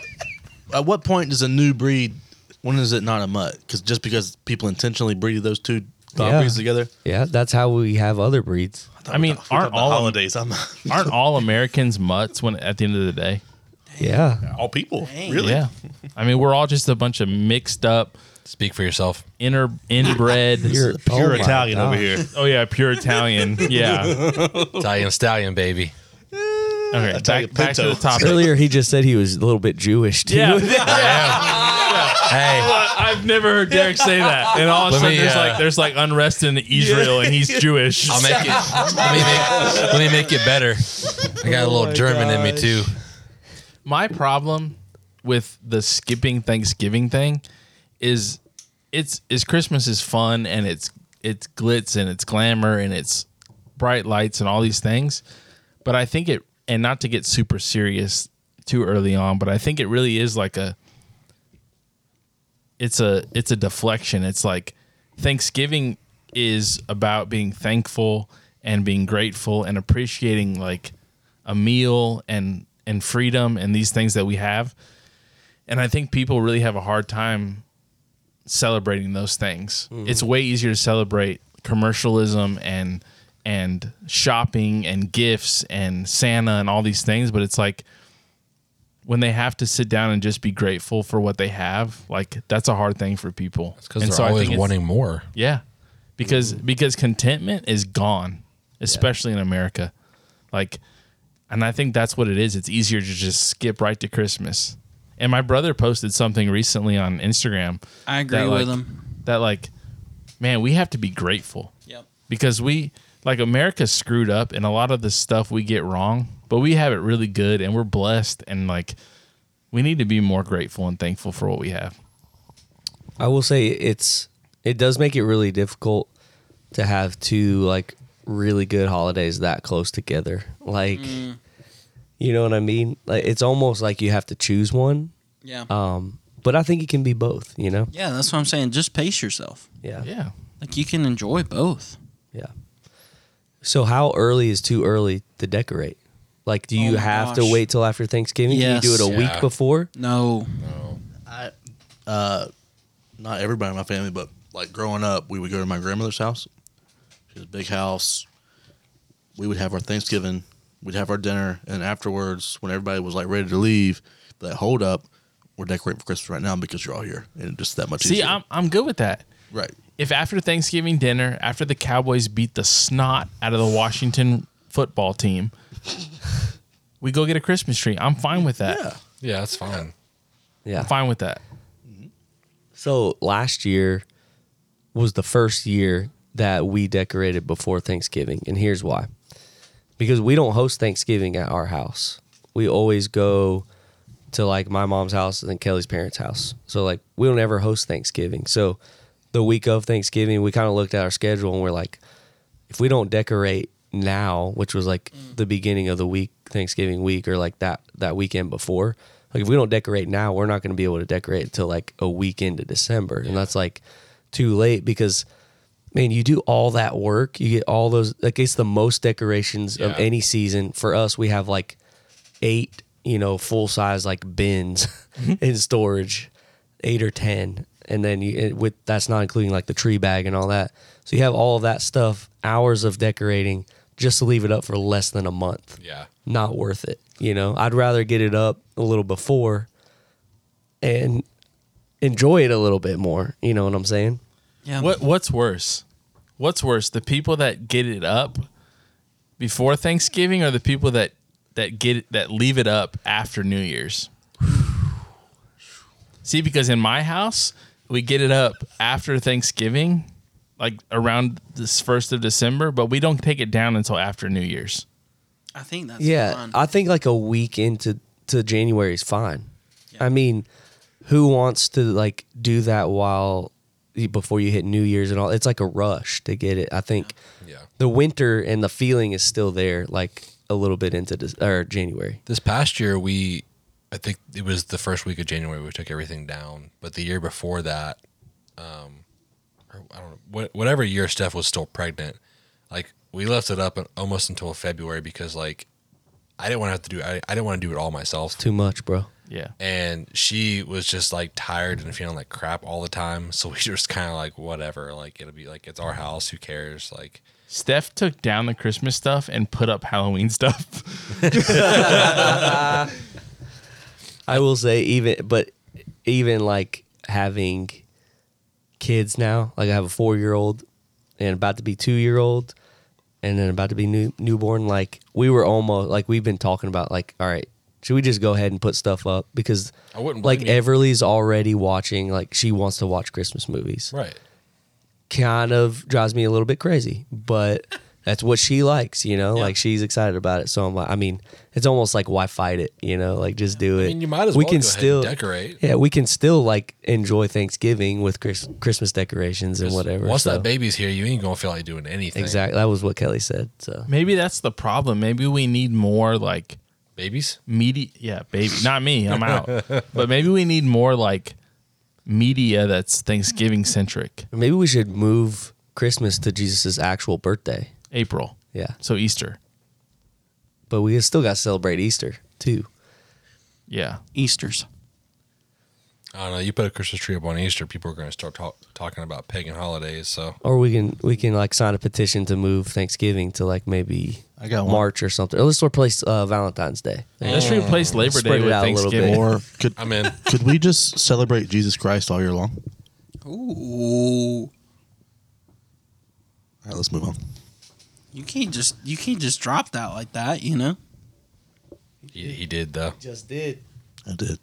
Speaker 6: at what point does a new breed? When is it not a mutt? Because just because people intentionally breed those two dog
Speaker 5: Yeah.
Speaker 6: breeds together.
Speaker 5: Yeah, that's how we have other breeds.
Speaker 2: I mean, aren't all
Speaker 6: holidays? I'm
Speaker 2: aren't all Americans mutts? When at the end of the day,
Speaker 5: Yeah,
Speaker 6: all people. Really?
Speaker 2: yeah. I mean, we're all just a bunch of mixed up
Speaker 3: Speak for yourself.
Speaker 2: inner inbred.
Speaker 5: You're- oh
Speaker 6: Pure
Speaker 5: my
Speaker 6: Italian over
Speaker 5: God.
Speaker 6: here.
Speaker 2: oh yeah, pure Italian. Yeah.
Speaker 3: Italian stallion, baby.
Speaker 2: Okay.
Speaker 6: Italian
Speaker 2: Back, back to the
Speaker 6: pinto.
Speaker 2: topic.
Speaker 5: Earlier he just said he was a little bit Jewish too.
Speaker 2: Yeah. yeah.
Speaker 3: Hey,
Speaker 2: I've never heard Derek say that. And all of a
Speaker 3: Let
Speaker 2: sudden,
Speaker 3: me,
Speaker 2: there's
Speaker 3: uh,
Speaker 2: like there's like unrest in Israel, and he's Jewish.
Speaker 3: I'll make it. Let me make, let me make it better. I got a little German in me too.
Speaker 2: my problem with the skipping Thanksgiving thing is it's is Christmas is fun and it's it's glitz and it's glamour and it's bright lights and all these things. But I think it and not to get super serious too early on, but I think it really is like a it's a it's a deflection. It's like Thanksgiving is about being thankful and being grateful and appreciating like a meal and and freedom and these things that we have. And I think people really have a hard time celebrating those things. It's way easier to celebrate commercialism and and shopping and gifts and Santa and all these things, but it's like when they have to sit down and just be grateful for what they have, like that's a hard thing for people.
Speaker 3: It's because
Speaker 2: And
Speaker 3: they're
Speaker 2: so I
Speaker 3: always
Speaker 2: think it's-
Speaker 3: wanting more.
Speaker 2: yeah. Because
Speaker 4: Mm-hmm.
Speaker 2: because contentment is gone, especially in America. Like and I think that's what it is. It's easier to just skip right to Christmas. And my brother posted something recently on Instagram.
Speaker 4: I agree
Speaker 2: that,
Speaker 4: with
Speaker 2: like-
Speaker 4: him.
Speaker 2: That like, man, we have to be grateful
Speaker 4: Yep.
Speaker 2: because we like America's screwed up and a lot of the stuff we get wrong, but we have it really good and we're blessed and like we need to be more grateful and thankful for what we have.
Speaker 5: I will say it's it does make it really difficult to have two like really good holidays that close together. Like
Speaker 4: Mm.
Speaker 5: you know what I mean? Like it's almost like you have to choose one.
Speaker 4: Yeah.
Speaker 5: Um but I think it can be both, you know?
Speaker 4: yeah, that's what I'm saying. Just pace yourself.
Speaker 5: Yeah.
Speaker 2: Yeah.
Speaker 4: Like you can enjoy both.
Speaker 5: Yeah. So how early is too early to decorate? Like do
Speaker 4: Oh
Speaker 5: you
Speaker 4: my
Speaker 5: have
Speaker 4: gosh.
Speaker 5: to wait till after Thanksgiving? Can you do
Speaker 4: Yes.
Speaker 5: it a
Speaker 3: Yeah.
Speaker 5: week before?
Speaker 4: No.
Speaker 6: not everybody in my family, but like growing up, we would go to my grandmother's house. She has a big house. We would have our Thanksgiving, we'd have our dinner, and afterwards, when everybody was like ready to leave, be like hold up, we're decorating for Christmas right now because you're all here, and just that much.
Speaker 2: See,
Speaker 6: easier.
Speaker 2: I'm I'm good with that.
Speaker 6: right.
Speaker 2: if after Thanksgiving dinner, after the Cowboys beat the snot out of the Washington football team, we go get a Christmas tree. I'm fine with that.
Speaker 3: Yeah, that's fine.
Speaker 5: Yeah.
Speaker 2: I'm fine with that.
Speaker 5: So last year was the first year that we decorated before Thanksgiving, and here's why: because we don't host Thanksgiving at our house. We always go to like my mom's house and then Kelly's parents' house. So like we don't ever host Thanksgiving. So the week of Thanksgiving, we kind of looked at our schedule and we're like, if we don't decorate now, which was like the beginning of the week, Thanksgiving week, or like that that weekend before, like if we don't decorate now, we're not going to be able to decorate until like a week into December, and that's like too late because. Man, you do all that work. You get all those. Like it's the most decorations of
Speaker 3: Yeah.
Speaker 5: any season. For us, we have like eight, you know, full size like bins
Speaker 3: Mm-hmm.
Speaker 5: in storage, eight or ten, and then you, it, with that's not including like the tree bag and all that. So you have all of that stuff, hours of decorating, just to leave it up for less than a month.
Speaker 3: Yeah.
Speaker 5: Not worth it. You know, I'd rather get it up a little before and enjoy it a little bit more. You know what I'm saying?
Speaker 4: Yeah.
Speaker 2: What what's worse? What's worse, the people that get it up before Thanksgiving or the people that that get it, that leave it up after New Year's? See, because in my house, we get it up after Thanksgiving, like around this 1st of December, but we don't take it down until after New Year's.
Speaker 4: I think that's
Speaker 5: Yeah,
Speaker 4: fine.
Speaker 5: I think like a week into to January is fine. I mean, who wants to like do that while before you hit New Year's and all? It's like a rush to get it. I think
Speaker 3: Yeah.
Speaker 5: the winter and the feeling is still there, like a little bit into this, or January.
Speaker 3: This past year, we, I think it was the first week of January, we took everything down. But the year before that, um, or I don't know, what, whatever year Steph was still pregnant, like we left it up almost until February because like I didn't want to have to do, I, I didn't want to do it all myself.
Speaker 5: Too much, bro.
Speaker 2: Yeah.
Speaker 3: and she was just like tired and feeling like crap all the time. So we just kind of like whatever, like it'll be like it's our house, who cares? Like
Speaker 2: Steph took down the Christmas stuff and put up Halloween stuff.
Speaker 5: I will say even, but even like having kids now, like I have a four year old and about to be two year old, and then about to be new newborn. Like we were almost like we've been talking about like, all right, should we just go ahead and put stuff up because
Speaker 3: I wouldn't
Speaker 5: like
Speaker 3: blame you.
Speaker 5: Everly's already watching like she wants to watch Christmas movies.
Speaker 3: right,
Speaker 5: Kind of drives me a little bit crazy, but. That's what she likes, you know. Like she's excited about it, so I'm like, I mean, it's almost like why fight it, you know? Like just do it.
Speaker 3: I mean, you might as
Speaker 5: we
Speaker 3: well go ahead
Speaker 5: can
Speaker 3: and
Speaker 5: still
Speaker 3: decorate.
Speaker 5: Yeah, we can still like enjoy Thanksgiving with Chris, Christmas decorations and whatever.
Speaker 3: Once
Speaker 5: so.
Speaker 3: that baby's here, you ain't gonna feel like doing anything.
Speaker 5: Exactly. That was what Kelly said. So
Speaker 2: Maybe that's the problem. Maybe we need more like
Speaker 3: Babies,
Speaker 2: media. Yeah, baby, not me. I'm out. but maybe we need more like media that's Thanksgiving centric.
Speaker 5: maybe we should move Christmas to Jesus' actual birthday.
Speaker 2: April.
Speaker 5: Yeah.
Speaker 2: So Easter.
Speaker 5: But we still got to celebrate Easter too.
Speaker 2: Yeah.
Speaker 4: Easter's.
Speaker 3: I don't know. You put a Christmas tree up on Easter, people are gonna start talk, talking about pagan holidays. So
Speaker 5: Or we can we can like sign a petition to move Thanksgiving to like maybe
Speaker 6: I got one.
Speaker 5: March or something. Or let's replace uh, Valentine's Day.
Speaker 2: Let's replace Labor
Speaker 5: Spread
Speaker 2: Day
Speaker 5: it
Speaker 2: with
Speaker 5: out a little
Speaker 2: Thanksgiving.
Speaker 6: Or could
Speaker 3: I'm in.
Speaker 6: could we just celebrate Jesus Christ all year long?
Speaker 4: Ooh.
Speaker 6: All right, let's move on.
Speaker 4: You can't just you can't just drop that like that, you know?
Speaker 3: he, he did though.
Speaker 5: Just did.
Speaker 6: I did.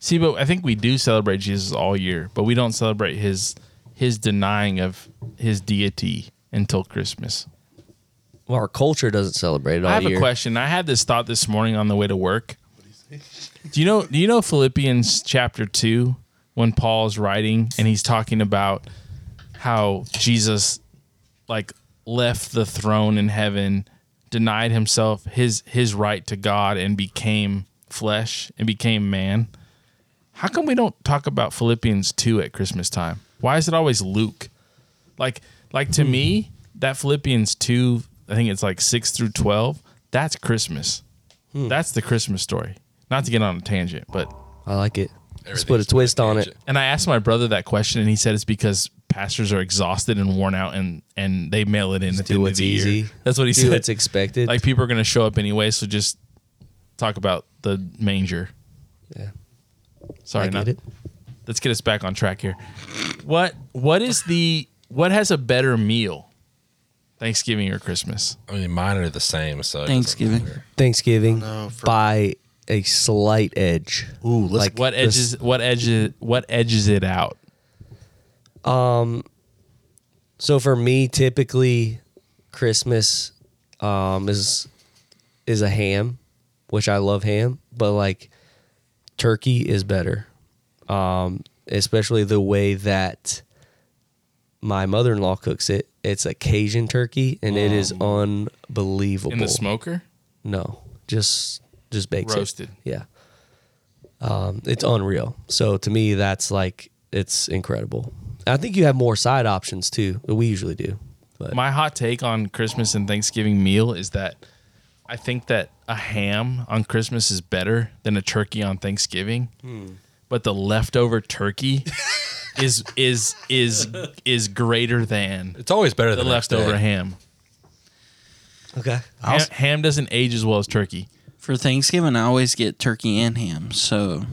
Speaker 2: See, but I think we do celebrate Jesus all year, but we don't celebrate his his denying of his deity until Christmas.
Speaker 5: Well, our culture doesn't celebrate it all
Speaker 2: I have
Speaker 5: year.
Speaker 2: a question. I had this thought this morning on the way to work. Do you know do you know Philippians chapter 2 when Paul's writing and he's talking about how Jesus like left the throne in heaven, denied himself his his right to God and became flesh and became man. How come we don't talk about Philippians 2 at Christmas time? Why is it always Luke? Like like to
Speaker 5: Hmm.
Speaker 2: me, that Philippians 2, I think it's like 6 through 12, that's Christmas.
Speaker 5: Hmm.
Speaker 2: That's the Christmas story. Not to get on a tangent, but
Speaker 5: I like it. Let's put a twist on it.
Speaker 2: and I asked my brother that question and he said it's because pastors are exhausted and worn out and and they mail it in at the
Speaker 5: do
Speaker 2: end of
Speaker 5: what's
Speaker 2: the year.
Speaker 5: easy.
Speaker 2: That's what he
Speaker 5: Do
Speaker 2: said.
Speaker 5: what's expected.
Speaker 2: like people are going to show up anyway, so just talk about the manger.
Speaker 5: Yeah.
Speaker 2: Sorry,
Speaker 5: I get
Speaker 2: not-
Speaker 5: it.
Speaker 2: let's get us back on track here. What what is the what has a better meal? Thanksgiving or Christmas?
Speaker 3: I mean, mine are the same. So it doesn't
Speaker 4: Thanksgiving.
Speaker 3: matter.
Speaker 5: Thanksgiving
Speaker 6: know, for-
Speaker 5: by a slight edge.
Speaker 6: Ooh, let's
Speaker 5: Like-
Speaker 2: What edges what edges what edges it out?
Speaker 5: So for me, typically Christmas um, is is a ham, which I love ham, but like turkey is better, um, especially the way that my mother in law cooks it. It's a Cajun turkey, and it is unbelievable.
Speaker 2: In the smoker?
Speaker 5: No, just just bakes it.
Speaker 2: Roasted.
Speaker 5: Yeah, um, it's unreal. So to me, that's like it's incredible. I think you have more side options too. We usually do, but
Speaker 2: My hot take on Christmas and Thanksgiving meal is that I think that a ham on Christmas is better than a turkey on Thanksgiving. But the leftover turkey is is is is greater than
Speaker 3: It's always better
Speaker 2: the
Speaker 3: than
Speaker 2: leftover
Speaker 3: ham.
Speaker 2: ham.
Speaker 5: okay.
Speaker 2: Ham, ham doesn't age as well as turkey.
Speaker 4: For Thanksgiving I always get turkey and ham, so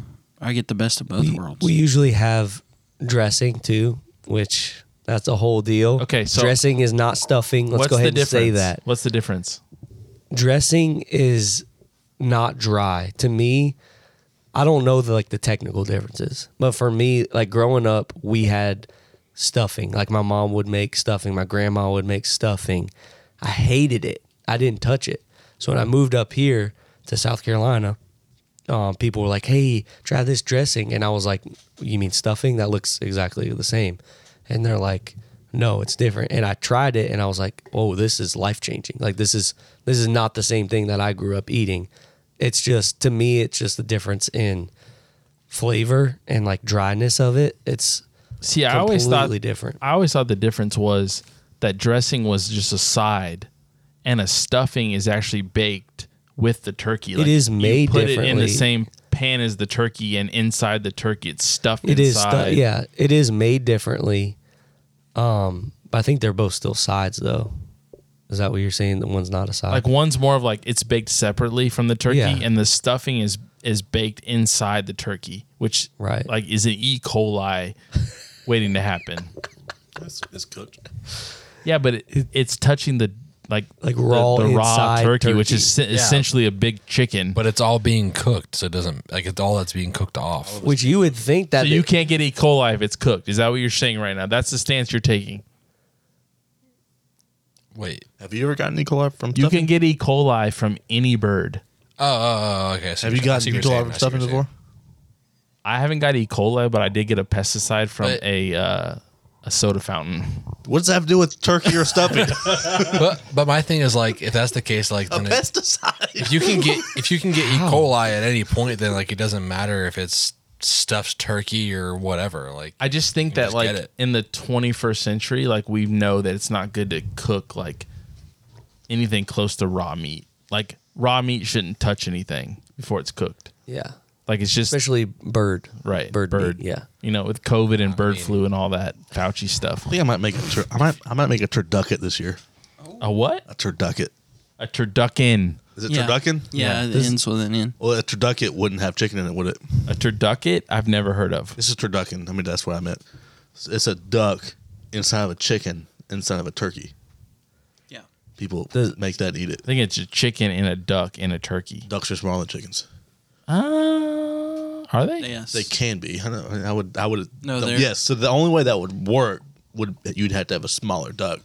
Speaker 4: I get the best of both
Speaker 5: We,
Speaker 4: worlds.
Speaker 5: we usually have dressing too, which That's a whole deal.
Speaker 2: Okay, so-
Speaker 5: dressing is not stuffing. Let's
Speaker 2: What's
Speaker 5: go
Speaker 2: the
Speaker 5: ahead and
Speaker 2: difference?
Speaker 5: say that.
Speaker 2: What's the difference?
Speaker 5: dressing is not dry to me i don't know the like the technical differences but for me like growing up we had stuffing like my mom would make stuffing my grandma would make stuffing i hated it i didn't touch it so when i moved up here to south carolina um, people were like hey try this dressing and i was like you mean stuffing that looks exactly the same and they're like no it's different and i tried it and i was like oh this is life changing like this is this is not the same thing that i grew up eating it's just to me it's just the difference in flavor and like dryness of it it's
Speaker 2: See, I always thought
Speaker 5: Completely different.
Speaker 2: I always thought the difference was that dressing was just a side, and a stuffing is actually baked with the turkey. Like,
Speaker 5: is
Speaker 2: you
Speaker 5: made
Speaker 2: put it in the
Speaker 5: differently.
Speaker 2: same pan as the turkey, and inside the turkey, it's stuffed.
Speaker 5: it is stu-
Speaker 2: inside.
Speaker 5: yeah it is made differently um but i think they're both still sides though is that what you're saying the one's not a side
Speaker 2: Like one's more of like it's baked separately from the turkey,
Speaker 5: Yeah.
Speaker 2: and the stuffing is is baked inside the turkey, which
Speaker 5: Right.
Speaker 2: like is an E. coli waiting to happen.
Speaker 6: It's, it's cooked.
Speaker 2: Yeah, but it, it's touching the like
Speaker 5: Like
Speaker 2: the,
Speaker 5: raw
Speaker 2: the raw
Speaker 5: inside
Speaker 2: turkey, which
Speaker 5: turkey.
Speaker 2: is se- essentially a big chicken.
Speaker 3: But it's all being cooked, so it doesn't like it's all that's being cooked off.
Speaker 5: which you would think that
Speaker 2: So you can't get E. coli if it's cooked. Is that what you're saying right now? That's the stance you're taking.
Speaker 3: Wait.
Speaker 6: Have you ever gotten E. coli from
Speaker 2: You
Speaker 6: stuffing?
Speaker 2: can get E. coli from any bird.
Speaker 3: Oh, oh, oh, okay. I see
Speaker 6: Have
Speaker 3: what you're-
Speaker 6: you
Speaker 3: I
Speaker 6: gotten
Speaker 3: see
Speaker 6: E.
Speaker 3: what you're saying,
Speaker 6: coli
Speaker 3: I
Speaker 6: from
Speaker 3: see
Speaker 6: stuffing
Speaker 3: what you're saying.
Speaker 6: before?
Speaker 2: I haven't got E. coli, but I did get a pesticide from
Speaker 3: But-
Speaker 2: a uh, a soda fountain.
Speaker 6: What does that have to do with turkey or stuffing?
Speaker 3: But but my thing is like if that's the case, like then it,
Speaker 6: Pesticide.
Speaker 3: if you can get if you can get E. coli at any point, then like it doesn't matter if it's stuffed turkey or whatever. Like
Speaker 2: I just think that
Speaker 3: just get
Speaker 2: like
Speaker 3: it.
Speaker 2: in the 21st century, like we know that it's not good to cook like anything close to raw meat. Like raw meat shouldn't touch anything before it's cooked.
Speaker 5: yeah
Speaker 2: Like it's just
Speaker 5: especially bird
Speaker 2: right
Speaker 5: bird, bird. Meat, yeah
Speaker 2: You know, with COVID and bird flu and all that Fauci stuff.
Speaker 6: I think I might make a tur- I might I might make a turducket this year.
Speaker 2: A what?
Speaker 6: A turducket.
Speaker 2: A turducken.
Speaker 6: Is it
Speaker 4: Yeah.
Speaker 6: turducken?
Speaker 4: Yeah, it ends with an N.
Speaker 6: Well, a turducket wouldn't have chicken in it, would it?
Speaker 2: A turducket? I've never heard of.
Speaker 6: This is turducken. I mean, that's what I meant. It's- It's a duck inside of a chicken inside of a turkey.
Speaker 4: Yeah.
Speaker 6: People
Speaker 5: Does-
Speaker 6: make that eat it.
Speaker 2: I think it's a chicken and a duck and a turkey.
Speaker 6: Ducks are smaller than chickens.
Speaker 2: Uh, are they?
Speaker 4: Yes.
Speaker 6: They can be. I, know, I would. I would.
Speaker 4: No,
Speaker 6: the-
Speaker 4: they're-
Speaker 6: yes. So the only way that would work would you'd have to have a smaller duck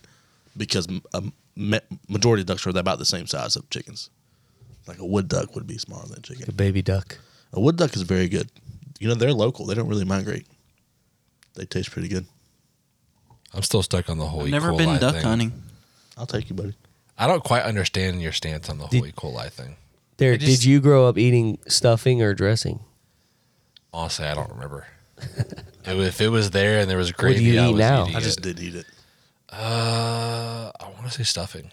Speaker 6: because a ma- majority of ducks are about the same size of chickens. Like a wood duck would be smaller than
Speaker 5: the
Speaker 6: a chicken.
Speaker 5: baby duck
Speaker 6: A wood duck is very good. You know they're local. They don't really migrate. They taste pretty good.
Speaker 3: I'm still stuck on the whole.
Speaker 4: I've
Speaker 3: E.
Speaker 4: never been
Speaker 3: coli
Speaker 4: duck
Speaker 3: thing.
Speaker 4: hunting.
Speaker 6: I'll take you, buddy.
Speaker 3: I don't quite understand your stance on the whole E. coli thing.
Speaker 5: Derek,
Speaker 2: just-
Speaker 5: did you grow up eating stuffing or dressing?
Speaker 3: Honestly, I don't remember. It- if it was there and there was
Speaker 5: do
Speaker 3: gravy,
Speaker 5: you
Speaker 3: I
Speaker 5: eat
Speaker 3: was
Speaker 5: now?
Speaker 3: eating
Speaker 6: I
Speaker 3: it.
Speaker 6: just did eat it.
Speaker 3: Uh, I want to say stuffing.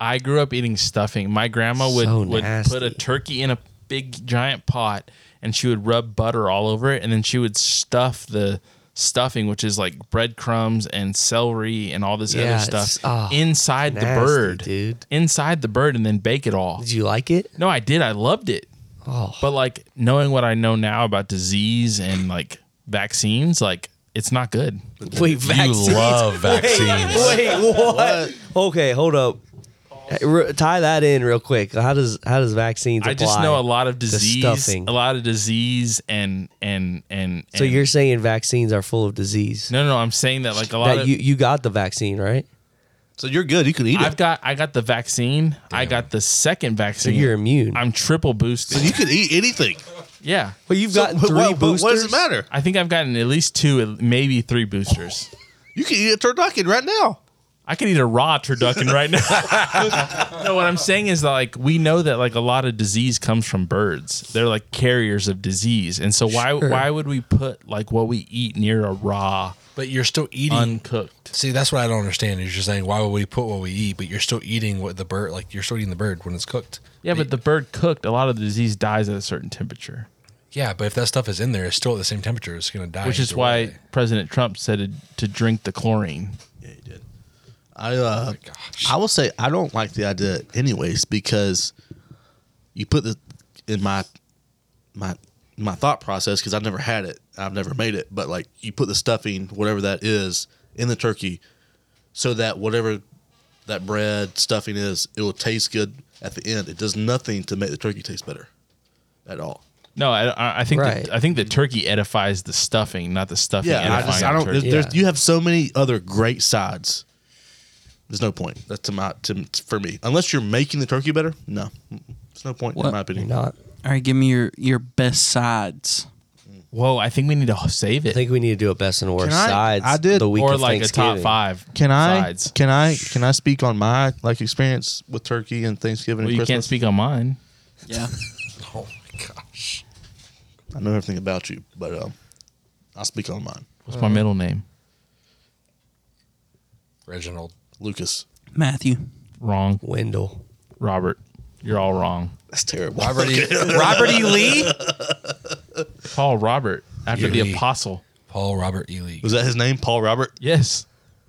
Speaker 2: I grew up eating stuffing. My grandma would,
Speaker 5: So
Speaker 2: would put a
Speaker 5: nasty.
Speaker 2: turkey in a big giant pot and she would rub butter all over it and then she would stuff the stuffing, which is like breadcrumbs and celery and all this
Speaker 5: Yeah,
Speaker 2: other
Speaker 5: it's-
Speaker 2: stuff
Speaker 5: oh,
Speaker 2: inside the
Speaker 5: nasty,
Speaker 2: bird.
Speaker 5: dude.
Speaker 2: Inside the bird and then bake it all.
Speaker 5: Did you like it?
Speaker 2: No, I did. I loved it.
Speaker 5: Oh.
Speaker 2: But like knowing what I know now about disease and like vaccines, like it's not good.
Speaker 5: Wait, vaccines.
Speaker 3: You love vaccines.
Speaker 5: Wait, what? Okay, hold up. Hey, re- tie that in real quick. How does how does vaccines?
Speaker 2: I just
Speaker 5: apply
Speaker 2: know a lot of
Speaker 5: to
Speaker 2: disease,
Speaker 5: stuffing?
Speaker 2: a lot of disease, and and and.
Speaker 5: So
Speaker 2: and-
Speaker 5: you're saying vaccines are full of disease?
Speaker 2: no, no. I'm saying that like a lot
Speaker 5: that
Speaker 2: of.
Speaker 5: you you got the vaccine right?
Speaker 6: So you're good. You can eat
Speaker 2: I've
Speaker 6: it.
Speaker 2: got I got the vaccine. I got the second
Speaker 5: So
Speaker 2: vaccine.
Speaker 5: you're immune.
Speaker 2: I'm triple boosted.
Speaker 6: You can eat anything.
Speaker 2: yeah,
Speaker 5: but you've
Speaker 6: So
Speaker 5: gotten
Speaker 6: what-
Speaker 5: three
Speaker 6: what,
Speaker 5: boosters.
Speaker 6: What does it matter?
Speaker 2: I think I've gotten at least two, maybe three boosters.
Speaker 6: You can eat a turducken right now.
Speaker 2: I could eat a raw turducken right now. no, what I'm saying is that like we know that like a lot of disease comes from birds. They're like carriers of disease, and so why
Speaker 5: Sure.
Speaker 2: why would we put like what we eat near a raw,
Speaker 3: But you're still eating.
Speaker 2: uncooked?
Speaker 3: See, that's what I don't understand. You're just saying, why would we put what we eat? But you're still eating what the bird, like you're still eating the bird when it's cooked.
Speaker 2: Yeah, but the bird cooked, a lot of the disease dies at a certain temperature,
Speaker 3: Yeah, but if that stuff is in there, it's still at the same temperature. It's gonna die.
Speaker 2: which is
Speaker 3: either
Speaker 2: why
Speaker 3: way.
Speaker 2: President Trump said to, to drink the chlorine.
Speaker 6: Yeah, you did. I uh, I will say I don't like the idea, anyways, because you put the in my my my thought process because I've never had it. I've never made it. But like you put the stuffing, whatever that is, in the turkey so that whatever that bread stuffing is, it will taste good at the end. It does nothing to make the turkey taste better at all.
Speaker 2: No, I- I, I think
Speaker 5: Right.
Speaker 2: the, I think the turkey edifies the stuffing, not the stuffing.
Speaker 6: Yeah, I
Speaker 2: edifying
Speaker 6: just I
Speaker 2: the
Speaker 6: don't. There's,
Speaker 2: turkey.
Speaker 6: there's, you have so many other great sides. There's no point. That's to my to for me. Unless you're making the turkey better, no, there's no point
Speaker 4: What?
Speaker 6: in my
Speaker 5: You're
Speaker 6: opinion.
Speaker 5: not.
Speaker 4: All right, give me your your best sides.
Speaker 2: Whoa, I think we need to save
Speaker 5: I
Speaker 2: it,
Speaker 5: think we need to do a best and worst
Speaker 6: I-
Speaker 5: sides.
Speaker 6: I did-
Speaker 5: the week
Speaker 2: or
Speaker 5: of
Speaker 2: like a top
Speaker 5: Thanksgiving.
Speaker 2: five.
Speaker 6: Can I?
Speaker 2: sides.
Speaker 6: Can I? Can I speak on my like experience with turkey and Thanksgiving
Speaker 2: Well,
Speaker 6: and
Speaker 2: you
Speaker 6: Christmas?
Speaker 2: can't speak on mine.
Speaker 4: Yeah.
Speaker 3: Oh my gosh.
Speaker 6: I know everything about you, but um, I'll speak on mine.
Speaker 2: What's my middle name?
Speaker 3: Reginald.
Speaker 6: Lucas,
Speaker 4: Matthew.
Speaker 2: Wrong,
Speaker 5: Wendell.
Speaker 2: Robert. You're all wrong.
Speaker 6: that's terrible.
Speaker 3: Robert E.
Speaker 4: Robert E. Lee.
Speaker 2: Paul Robert after the
Speaker 3: Yui.
Speaker 2: apostle.
Speaker 3: Paul Robert Ely.
Speaker 6: Was that his name? Paul Robert,
Speaker 2: Yes,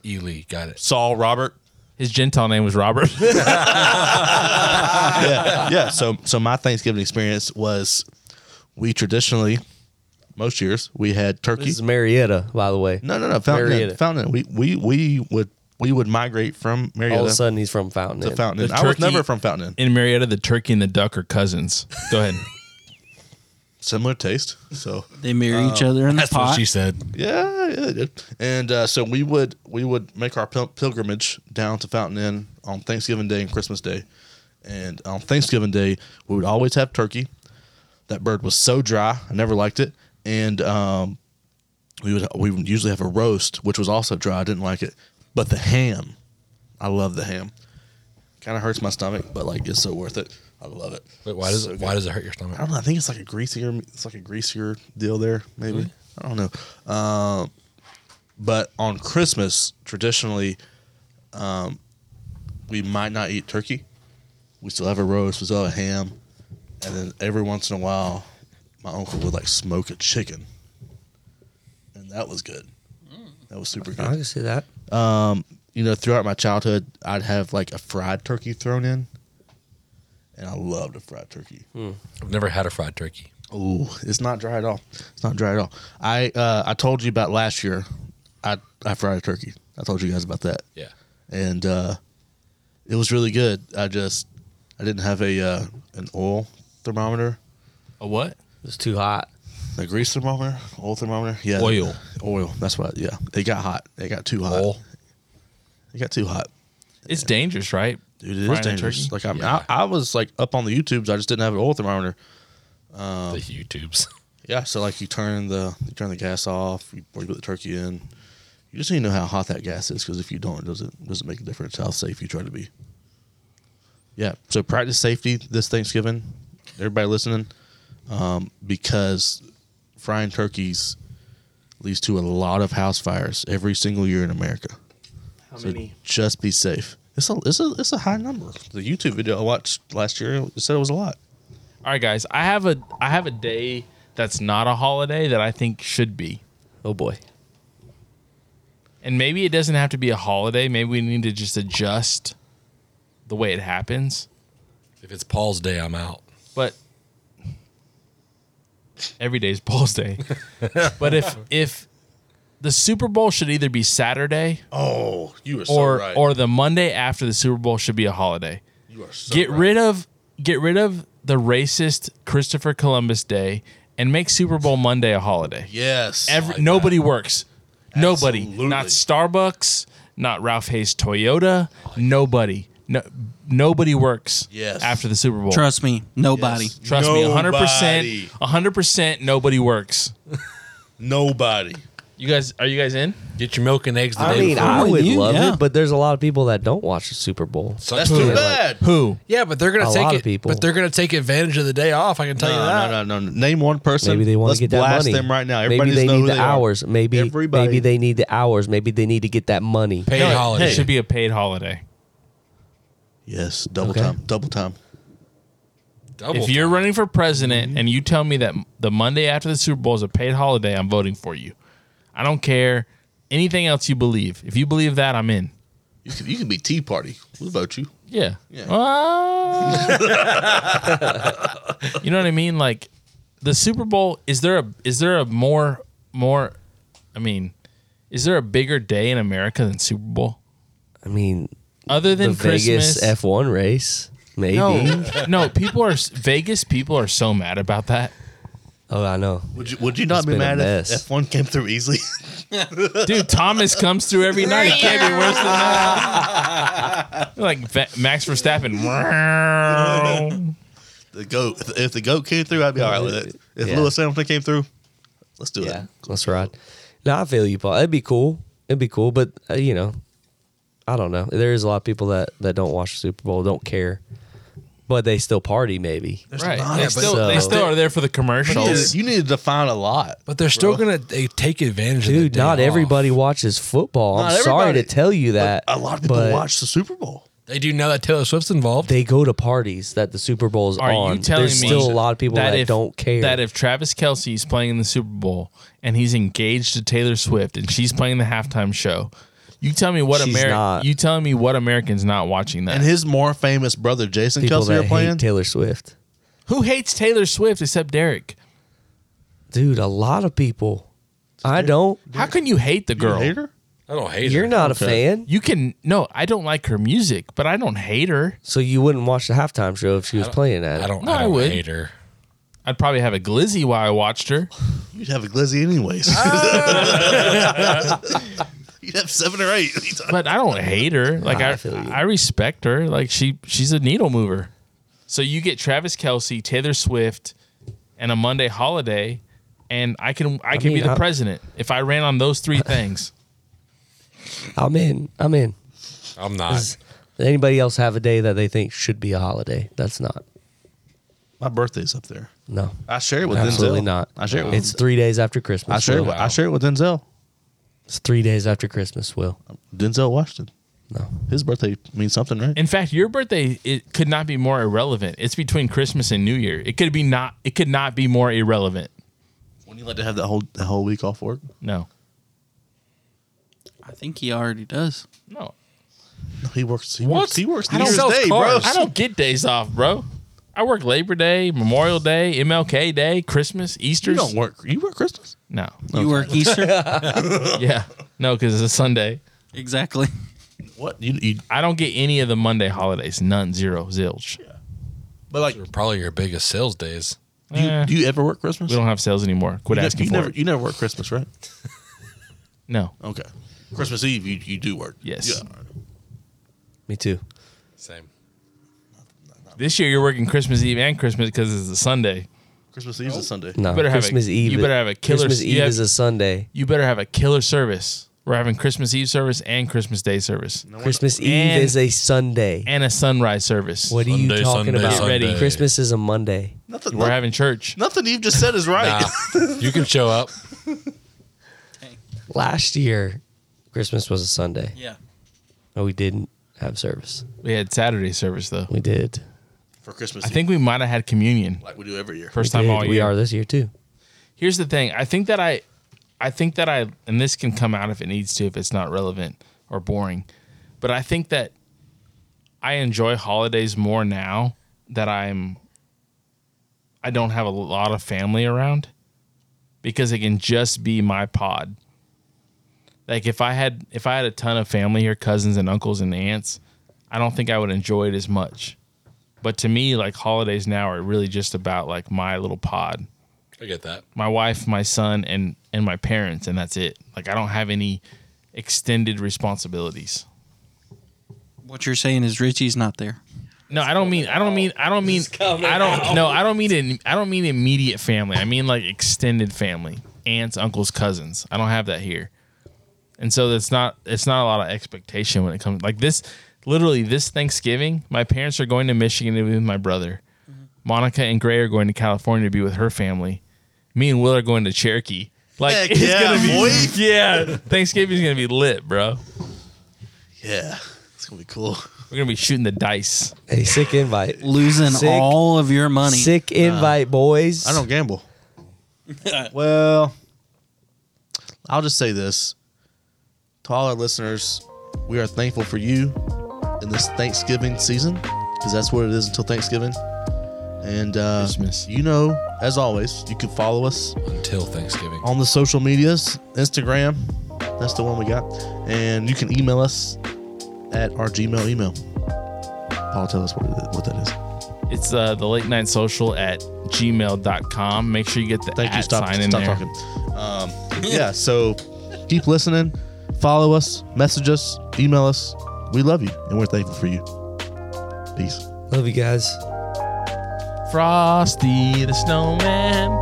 Speaker 3: Ely. Got it.
Speaker 6: Saul Robert.
Speaker 2: his Gentile name was Robert.
Speaker 6: yeah. So so my Thanksgiving experience was we traditionally most years we had turkey.
Speaker 5: This is Marietta, by the way.
Speaker 6: no, no, no. Fountain.
Speaker 5: Marietta.
Speaker 6: Fountain. We we we would we would migrate from
Speaker 5: All of a
Speaker 6: Marietta
Speaker 5: sudden, he's from Fountain.
Speaker 6: to
Speaker 5: Inn.
Speaker 6: Fountain. Inn.
Speaker 2: The
Speaker 6: I was
Speaker 2: turkey-
Speaker 6: never from Fountain. Inn.
Speaker 2: In Marietta, the turkey and the duck are cousins. Go ahead.
Speaker 6: Similar taste. So
Speaker 4: They marry each other in the
Speaker 3: Oh, That's what
Speaker 4: pot.
Speaker 3: she said.
Speaker 6: yeah, yeah. it did. And uh, so we would we would make our pil- pilgrimage down to Fountain Inn on Thanksgiving Day and Christmas Day. And on Thanksgiving Day, we would always have turkey. That bird was so dry, I never liked it. And um, we would we would usually have a roast, which was also dry. I didn't like it, but the ham, I love the ham. Kind of hurts my stomach, but like it's so worth it. I love it.
Speaker 3: Wait, why does
Speaker 6: So
Speaker 3: it, why does it hurt your stomach?
Speaker 6: I don't know. I think it's like a greasier, it's like a greasier deal there. Maybe I don't know. Um, but on Christmas, traditionally, um, we might not eat turkey. We still have a roast. We still have a ham, and then every once in a while, my uncle would like smoke a chicken, and that was good. That was super
Speaker 5: I
Speaker 6: good
Speaker 5: can see that.
Speaker 6: you know, throughout my childhood, I'd have like a fried turkey thrown in, and I loved a fried turkey.
Speaker 3: I've never had a fried turkey.
Speaker 6: Oh, it's not dry at all. It's not dry at all. I uh, I told you about last year. I I fried a turkey. I told you guys about that,
Speaker 3: Yeah.
Speaker 6: and uh, it was really good. I just I didn't have a uh, an oil thermometer,
Speaker 2: A what?
Speaker 5: It's too hot.
Speaker 6: a grease thermometer, oil thermometer. Yeah,
Speaker 2: Oil.
Speaker 6: oil. That's what. Yeah, it got hot. It got too hot.
Speaker 3: Oil.
Speaker 6: It got too hot.
Speaker 2: It's dangerous, right?
Speaker 6: Dude, it is
Speaker 2: Frying a
Speaker 6: dangerous.
Speaker 2: turkey?
Speaker 6: Like I, mean,
Speaker 3: Yeah.
Speaker 6: I, I was like up on the YouTubes. I just didn't have an oil thermometer. Um,
Speaker 3: the YouTubes.
Speaker 6: Yeah, so like you turn the you turn the gas off, you, or you put the turkey in. You just need to know how hot that gas is because if you don't, it doesn't doesn't make a difference how safe you try to be. Yeah, so practice safety this Thanksgiving, everybody listening, um, because frying turkeys leads to a lot of house fires every single year in America.
Speaker 5: How
Speaker 6: So just be safe. It's a it's a it's a high number. The YouTube video I watched last year it said it was a lot.
Speaker 2: All right, guys. I have a I have a day that's not a holiday that I think should be.
Speaker 5: Oh boy.
Speaker 2: And maybe it doesn't have to be a holiday. Maybe we need to just adjust the way it happens.
Speaker 3: If it's Paul's day, I'm out.
Speaker 2: But every day is Paul's day. but if if the Super Bowl should either be Saturday
Speaker 6: Oh, you are
Speaker 2: or or the Monday after the Super Bowl should be a holiday.
Speaker 6: you are so
Speaker 2: get rid of get rid of the racist Christopher Columbus Day and make Super Bowl Monday a holiday.
Speaker 6: Yes.
Speaker 2: Every, nobody works. Nobody.
Speaker 6: Absolutely.
Speaker 2: Not Starbucks. Not Ralph Hayes Toyota. Nobody. No, nobody works.
Speaker 6: Yes.
Speaker 2: After the Super Bowl.
Speaker 4: Trust me, nobody.
Speaker 6: Yes.
Speaker 2: Trust me, hundred
Speaker 6: Nobody.
Speaker 2: percent. hundred percent. Nobody works.
Speaker 6: Nobody.
Speaker 2: You guys, are you guys in?
Speaker 3: Get your milk and eggs the
Speaker 5: I
Speaker 3: day
Speaker 5: mean,
Speaker 3: before.
Speaker 5: I
Speaker 4: I'm with
Speaker 5: would
Speaker 4: you,
Speaker 5: love
Speaker 4: yeah.
Speaker 5: it, but there's a lot of people that don't watch the Super Bowl.
Speaker 6: That's too
Speaker 5: Like-
Speaker 6: bad.
Speaker 2: Who?
Speaker 3: Yeah, but they're gonna
Speaker 5: A
Speaker 3: take
Speaker 5: lot
Speaker 3: it.
Speaker 5: of people.
Speaker 3: But they're gonna take advantage of the day off. I can tell
Speaker 6: No,
Speaker 3: you that.
Speaker 6: no, no, no. Name one person.
Speaker 5: Maybe they want
Speaker 6: Let's
Speaker 5: to get that
Speaker 6: blast
Speaker 5: money.
Speaker 6: them right now. Everybody
Speaker 5: Maybe they
Speaker 6: needs to know
Speaker 5: need
Speaker 6: who
Speaker 5: the
Speaker 6: they are.
Speaker 5: hours. Maybe
Speaker 6: Everybody.
Speaker 5: maybe they need the hours. Maybe they need to get that money.
Speaker 3: Paid holiday.
Speaker 2: It should be a paid holiday.
Speaker 6: Yes, double
Speaker 5: Okay.
Speaker 6: time. Double time.
Speaker 3: double.
Speaker 2: if you're running for president and you tell me that the Monday after the Super Bowl is a paid holiday, I'm voting for you. I don't care anything else you believe. If you believe that, I'm in.
Speaker 6: You could, you could be Tea Party. We'll vote you.
Speaker 2: Yeah. Ah. you know what I mean? Like, the Super Bowl is there a is there a more more I mean, is there a bigger day in America than Super Bowl?
Speaker 5: I mean,
Speaker 2: Other
Speaker 5: the
Speaker 2: than Christmas,
Speaker 5: Vegas F one race, maybe.
Speaker 2: no, no, people are Vegas. People are so mad about that,
Speaker 5: Oh, I know.
Speaker 6: Would you, would you not
Speaker 5: It's
Speaker 6: be
Speaker 5: been a
Speaker 6: mad if
Speaker 5: mess.
Speaker 6: F1 came through easily?
Speaker 2: dude. Thomas comes through every night. It can't be worse than that. like Ve- Max Verstappen.
Speaker 6: the goat. If the- If the goat came through, I'd be all right with it. If
Speaker 5: Yeah.
Speaker 6: Lewis Hamilton came through, let's do
Speaker 5: Yeah,
Speaker 6: it.
Speaker 5: let's ride. No, I feel you, Paul. It'd be cool. It'd be cool, but uh, you know, I don't know. There is a lot of people that that don't watch the Super Bowl, don't care, but they still party. Maybe
Speaker 2: right?
Speaker 6: not
Speaker 2: They
Speaker 6: a-
Speaker 2: still,
Speaker 5: so-
Speaker 2: they still are there for the
Speaker 6: You
Speaker 2: commercials.
Speaker 6: needed, you needed to find a lot.
Speaker 3: But they're still gonna they take advantage of the
Speaker 5: dude,
Speaker 3: day
Speaker 5: not
Speaker 3: off.
Speaker 5: everybody watches football.
Speaker 6: Not
Speaker 5: I'm sorry
Speaker 6: everybody,
Speaker 5: to tell you that.
Speaker 6: A lot of people
Speaker 5: but
Speaker 6: watch the Super Bowl.
Speaker 3: They do know that Taylor Swift's involved.
Speaker 5: They go to parties that the Super Bowl's
Speaker 2: Are
Speaker 5: on.
Speaker 2: you telling
Speaker 5: There's
Speaker 2: me
Speaker 5: still a lot of people that,
Speaker 2: if-
Speaker 5: don't care.
Speaker 2: that if Travis Kelsey is playing in the Super Bowl and he's engaged to Taylor Swift and she's playing the halftime show, you tell me what
Speaker 5: She's
Speaker 2: American
Speaker 5: not.
Speaker 2: you telling me what Americans not watching that?
Speaker 6: And his more famous brother, Jason
Speaker 5: people
Speaker 6: Kelsey,
Speaker 5: that
Speaker 6: are playing.
Speaker 5: hate Taylor Swift,
Speaker 2: Who hates Taylor Swift except Derek?
Speaker 5: dude, a lot of people. I don't.
Speaker 2: How can you hate the girl?
Speaker 6: Hater?
Speaker 3: I don't hate
Speaker 5: You're
Speaker 3: her.
Speaker 5: not a fan,
Speaker 2: You can no, I don't like her music, but I don't hate her.
Speaker 5: so you wouldn't watch the halftime show if she was playing that.
Speaker 3: I don't.
Speaker 2: No,
Speaker 3: I
Speaker 2: I
Speaker 3: don't
Speaker 2: would.
Speaker 3: hate her.
Speaker 2: I'd probably have a glizzy while I watched her.
Speaker 6: You'd have a glizzy anyways.
Speaker 2: Ah.
Speaker 6: You'd have seven or eight.
Speaker 2: But I don't hate her. Like
Speaker 5: Nah,
Speaker 2: I,
Speaker 5: I feel you.
Speaker 2: I, respect her. Like she, she's a needle mover. So you get Travis Kelsey, Taylor Swift, and a Monday holiday, and I can, I can be
Speaker 5: mean,
Speaker 2: the
Speaker 5: I-
Speaker 2: president if I ran on those three things.
Speaker 5: I'm in. I'm in.
Speaker 3: I'm not.
Speaker 5: Does anybody else have a day that they think should be a holiday? That's not.
Speaker 6: My birthday's up there.
Speaker 5: No,
Speaker 6: I share it with
Speaker 5: absolutely
Speaker 6: Denzel.
Speaker 5: not.
Speaker 6: I share it with
Speaker 5: It's three days after Christmas.
Speaker 6: I share it
Speaker 5: Will.
Speaker 6: with, I share it with Denzel.
Speaker 5: It's three days after Christmas. Will
Speaker 6: Denzel Washington.
Speaker 5: no.
Speaker 6: His birthday means something, right?
Speaker 2: In fact, your birthday it could not be more irrelevant. It's between Christmas and New Year. It could be not. It could not be more irrelevant.
Speaker 6: When you like to have that whole that whole week off work?
Speaker 2: No,
Speaker 4: I think he already does.
Speaker 2: no.
Speaker 6: No, he works. He
Speaker 2: What?
Speaker 6: works. He works
Speaker 2: I
Speaker 6: New
Speaker 2: don't
Speaker 6: Year's
Speaker 2: sell
Speaker 6: Day, bro.
Speaker 2: cars. I don't get days off, bro. I work Labor Day, Memorial Day, MLK Day, Christmas, Easter.
Speaker 6: You don't work. You work Christmas.
Speaker 2: No.
Speaker 4: You work Easter?
Speaker 2: Yeah. No, because it's a Sunday.
Speaker 4: exactly.
Speaker 6: What? You, you
Speaker 2: I don't get any of the Monday holidays. None. Zero. Zilch.
Speaker 6: but like
Speaker 3: They're probably your biggest sales days.
Speaker 6: do you,
Speaker 2: Eh,
Speaker 6: do you ever work Christmas?
Speaker 2: we don't have sales anymore. Quit
Speaker 6: you,
Speaker 2: asking
Speaker 6: you
Speaker 2: for
Speaker 6: never
Speaker 2: it.
Speaker 6: you never work Christmas, right?
Speaker 2: no.
Speaker 6: Okay. Christmas Eve you, you do work.
Speaker 2: Yes.
Speaker 6: Yeah. all right.
Speaker 5: Me too.
Speaker 3: Same.
Speaker 2: This year you're working Christmas Eve and Christmas because it's a Sunday.
Speaker 6: Christmas Eve's a Sunday.
Speaker 5: No.
Speaker 2: You better have a-
Speaker 5: Christmas Eve.
Speaker 2: you better have a killer-
Speaker 5: Christmas
Speaker 2: you
Speaker 5: Eve
Speaker 2: have-
Speaker 5: is a Sunday.
Speaker 2: You better have a killer service. We're having Christmas Eve service and Christmas Day service
Speaker 5: Christmas Eve
Speaker 2: And-
Speaker 5: is a Sunday.
Speaker 2: and a sunrise service.
Speaker 5: What are you
Speaker 3: Sunday,
Speaker 5: talking
Speaker 3: Sunday,
Speaker 5: about?
Speaker 3: Get ready. Sunday.
Speaker 5: Christmas is a Monday.
Speaker 6: Nothing.
Speaker 2: We're
Speaker 6: no-
Speaker 2: having church.
Speaker 6: nothing Eve just said is right.
Speaker 3: Nah, you can show up.
Speaker 5: Last year, Christmas was a Sunday.
Speaker 4: Yeah.
Speaker 5: No, we didn't have service.
Speaker 2: We had Saturday service though.
Speaker 5: We did.
Speaker 6: For Christmas
Speaker 2: I
Speaker 6: Eve,
Speaker 2: think we might have had communion
Speaker 6: like we do every year.
Speaker 2: first
Speaker 5: we
Speaker 2: time
Speaker 5: did.
Speaker 2: all year.
Speaker 5: we are this year too.
Speaker 2: here's the thing i think that i i think that i and this can come out if it needs to if it's not relevant or boring but i think that i enjoy holidays more now that i'm i don't have a lot of family around because it can just be my pod like if i had if i had a ton of family here cousins and uncles and aunts i don't think i would enjoy it as much but to me like holidays now are really just about like my little pod
Speaker 3: I get that.
Speaker 2: my wife, my son, and and my parents, and that's it. Like I don't have any extended responsibilities.
Speaker 4: What you're saying is Richie's not there.
Speaker 2: No, I don't mean I don't mean I don't mean I don't no, I don't mean in, I don't mean immediate family. I mean like extended family. Aunts, uncles, cousins. I don't have that here. And so that's not it's not a lot of expectation when it comes like this literally this Thanksgiving, my parents are going to Michigan to be with my brother.
Speaker 6: Mm-hmm.
Speaker 2: Monica and Gray are going to California to be with her family. Me and Will are going to Cherokee. Like
Speaker 6: Heck
Speaker 2: it's
Speaker 6: yeah,
Speaker 2: gonna be
Speaker 6: boy.
Speaker 2: Yeah. Thanksgiving's gonna be lit, bro.
Speaker 6: Yeah. It's gonna be cool.
Speaker 2: We're gonna be shooting the dice.
Speaker 5: A sick invite.
Speaker 4: Losing
Speaker 5: Sick.
Speaker 4: all of your money.
Speaker 5: Sick invite, boys.
Speaker 6: I don't gamble. well, I'll just say this. To all our listeners, we are thankful for you in this Thanksgiving season because that's what it is until Thanksgiving. And uh,
Speaker 2: Christmas.
Speaker 6: you know, as always, you can follow us
Speaker 3: until Thanksgiving.
Speaker 6: on the social medias Instagram. That's the one we got. And you can email us at our Gmail email. Paul, tell us what, it- what that is.
Speaker 2: It's uh, the late night social at gmail.com. Make sure you get the
Speaker 6: Thank
Speaker 2: at
Speaker 6: you. Stop,
Speaker 2: sign in
Speaker 6: stop
Speaker 2: there.
Speaker 6: talking. Um, yeah, so keep listening. Follow us, message us, email us. We love you and we're thankful for you. Peace.
Speaker 5: Love you guys.
Speaker 2: Frosty the Snowman.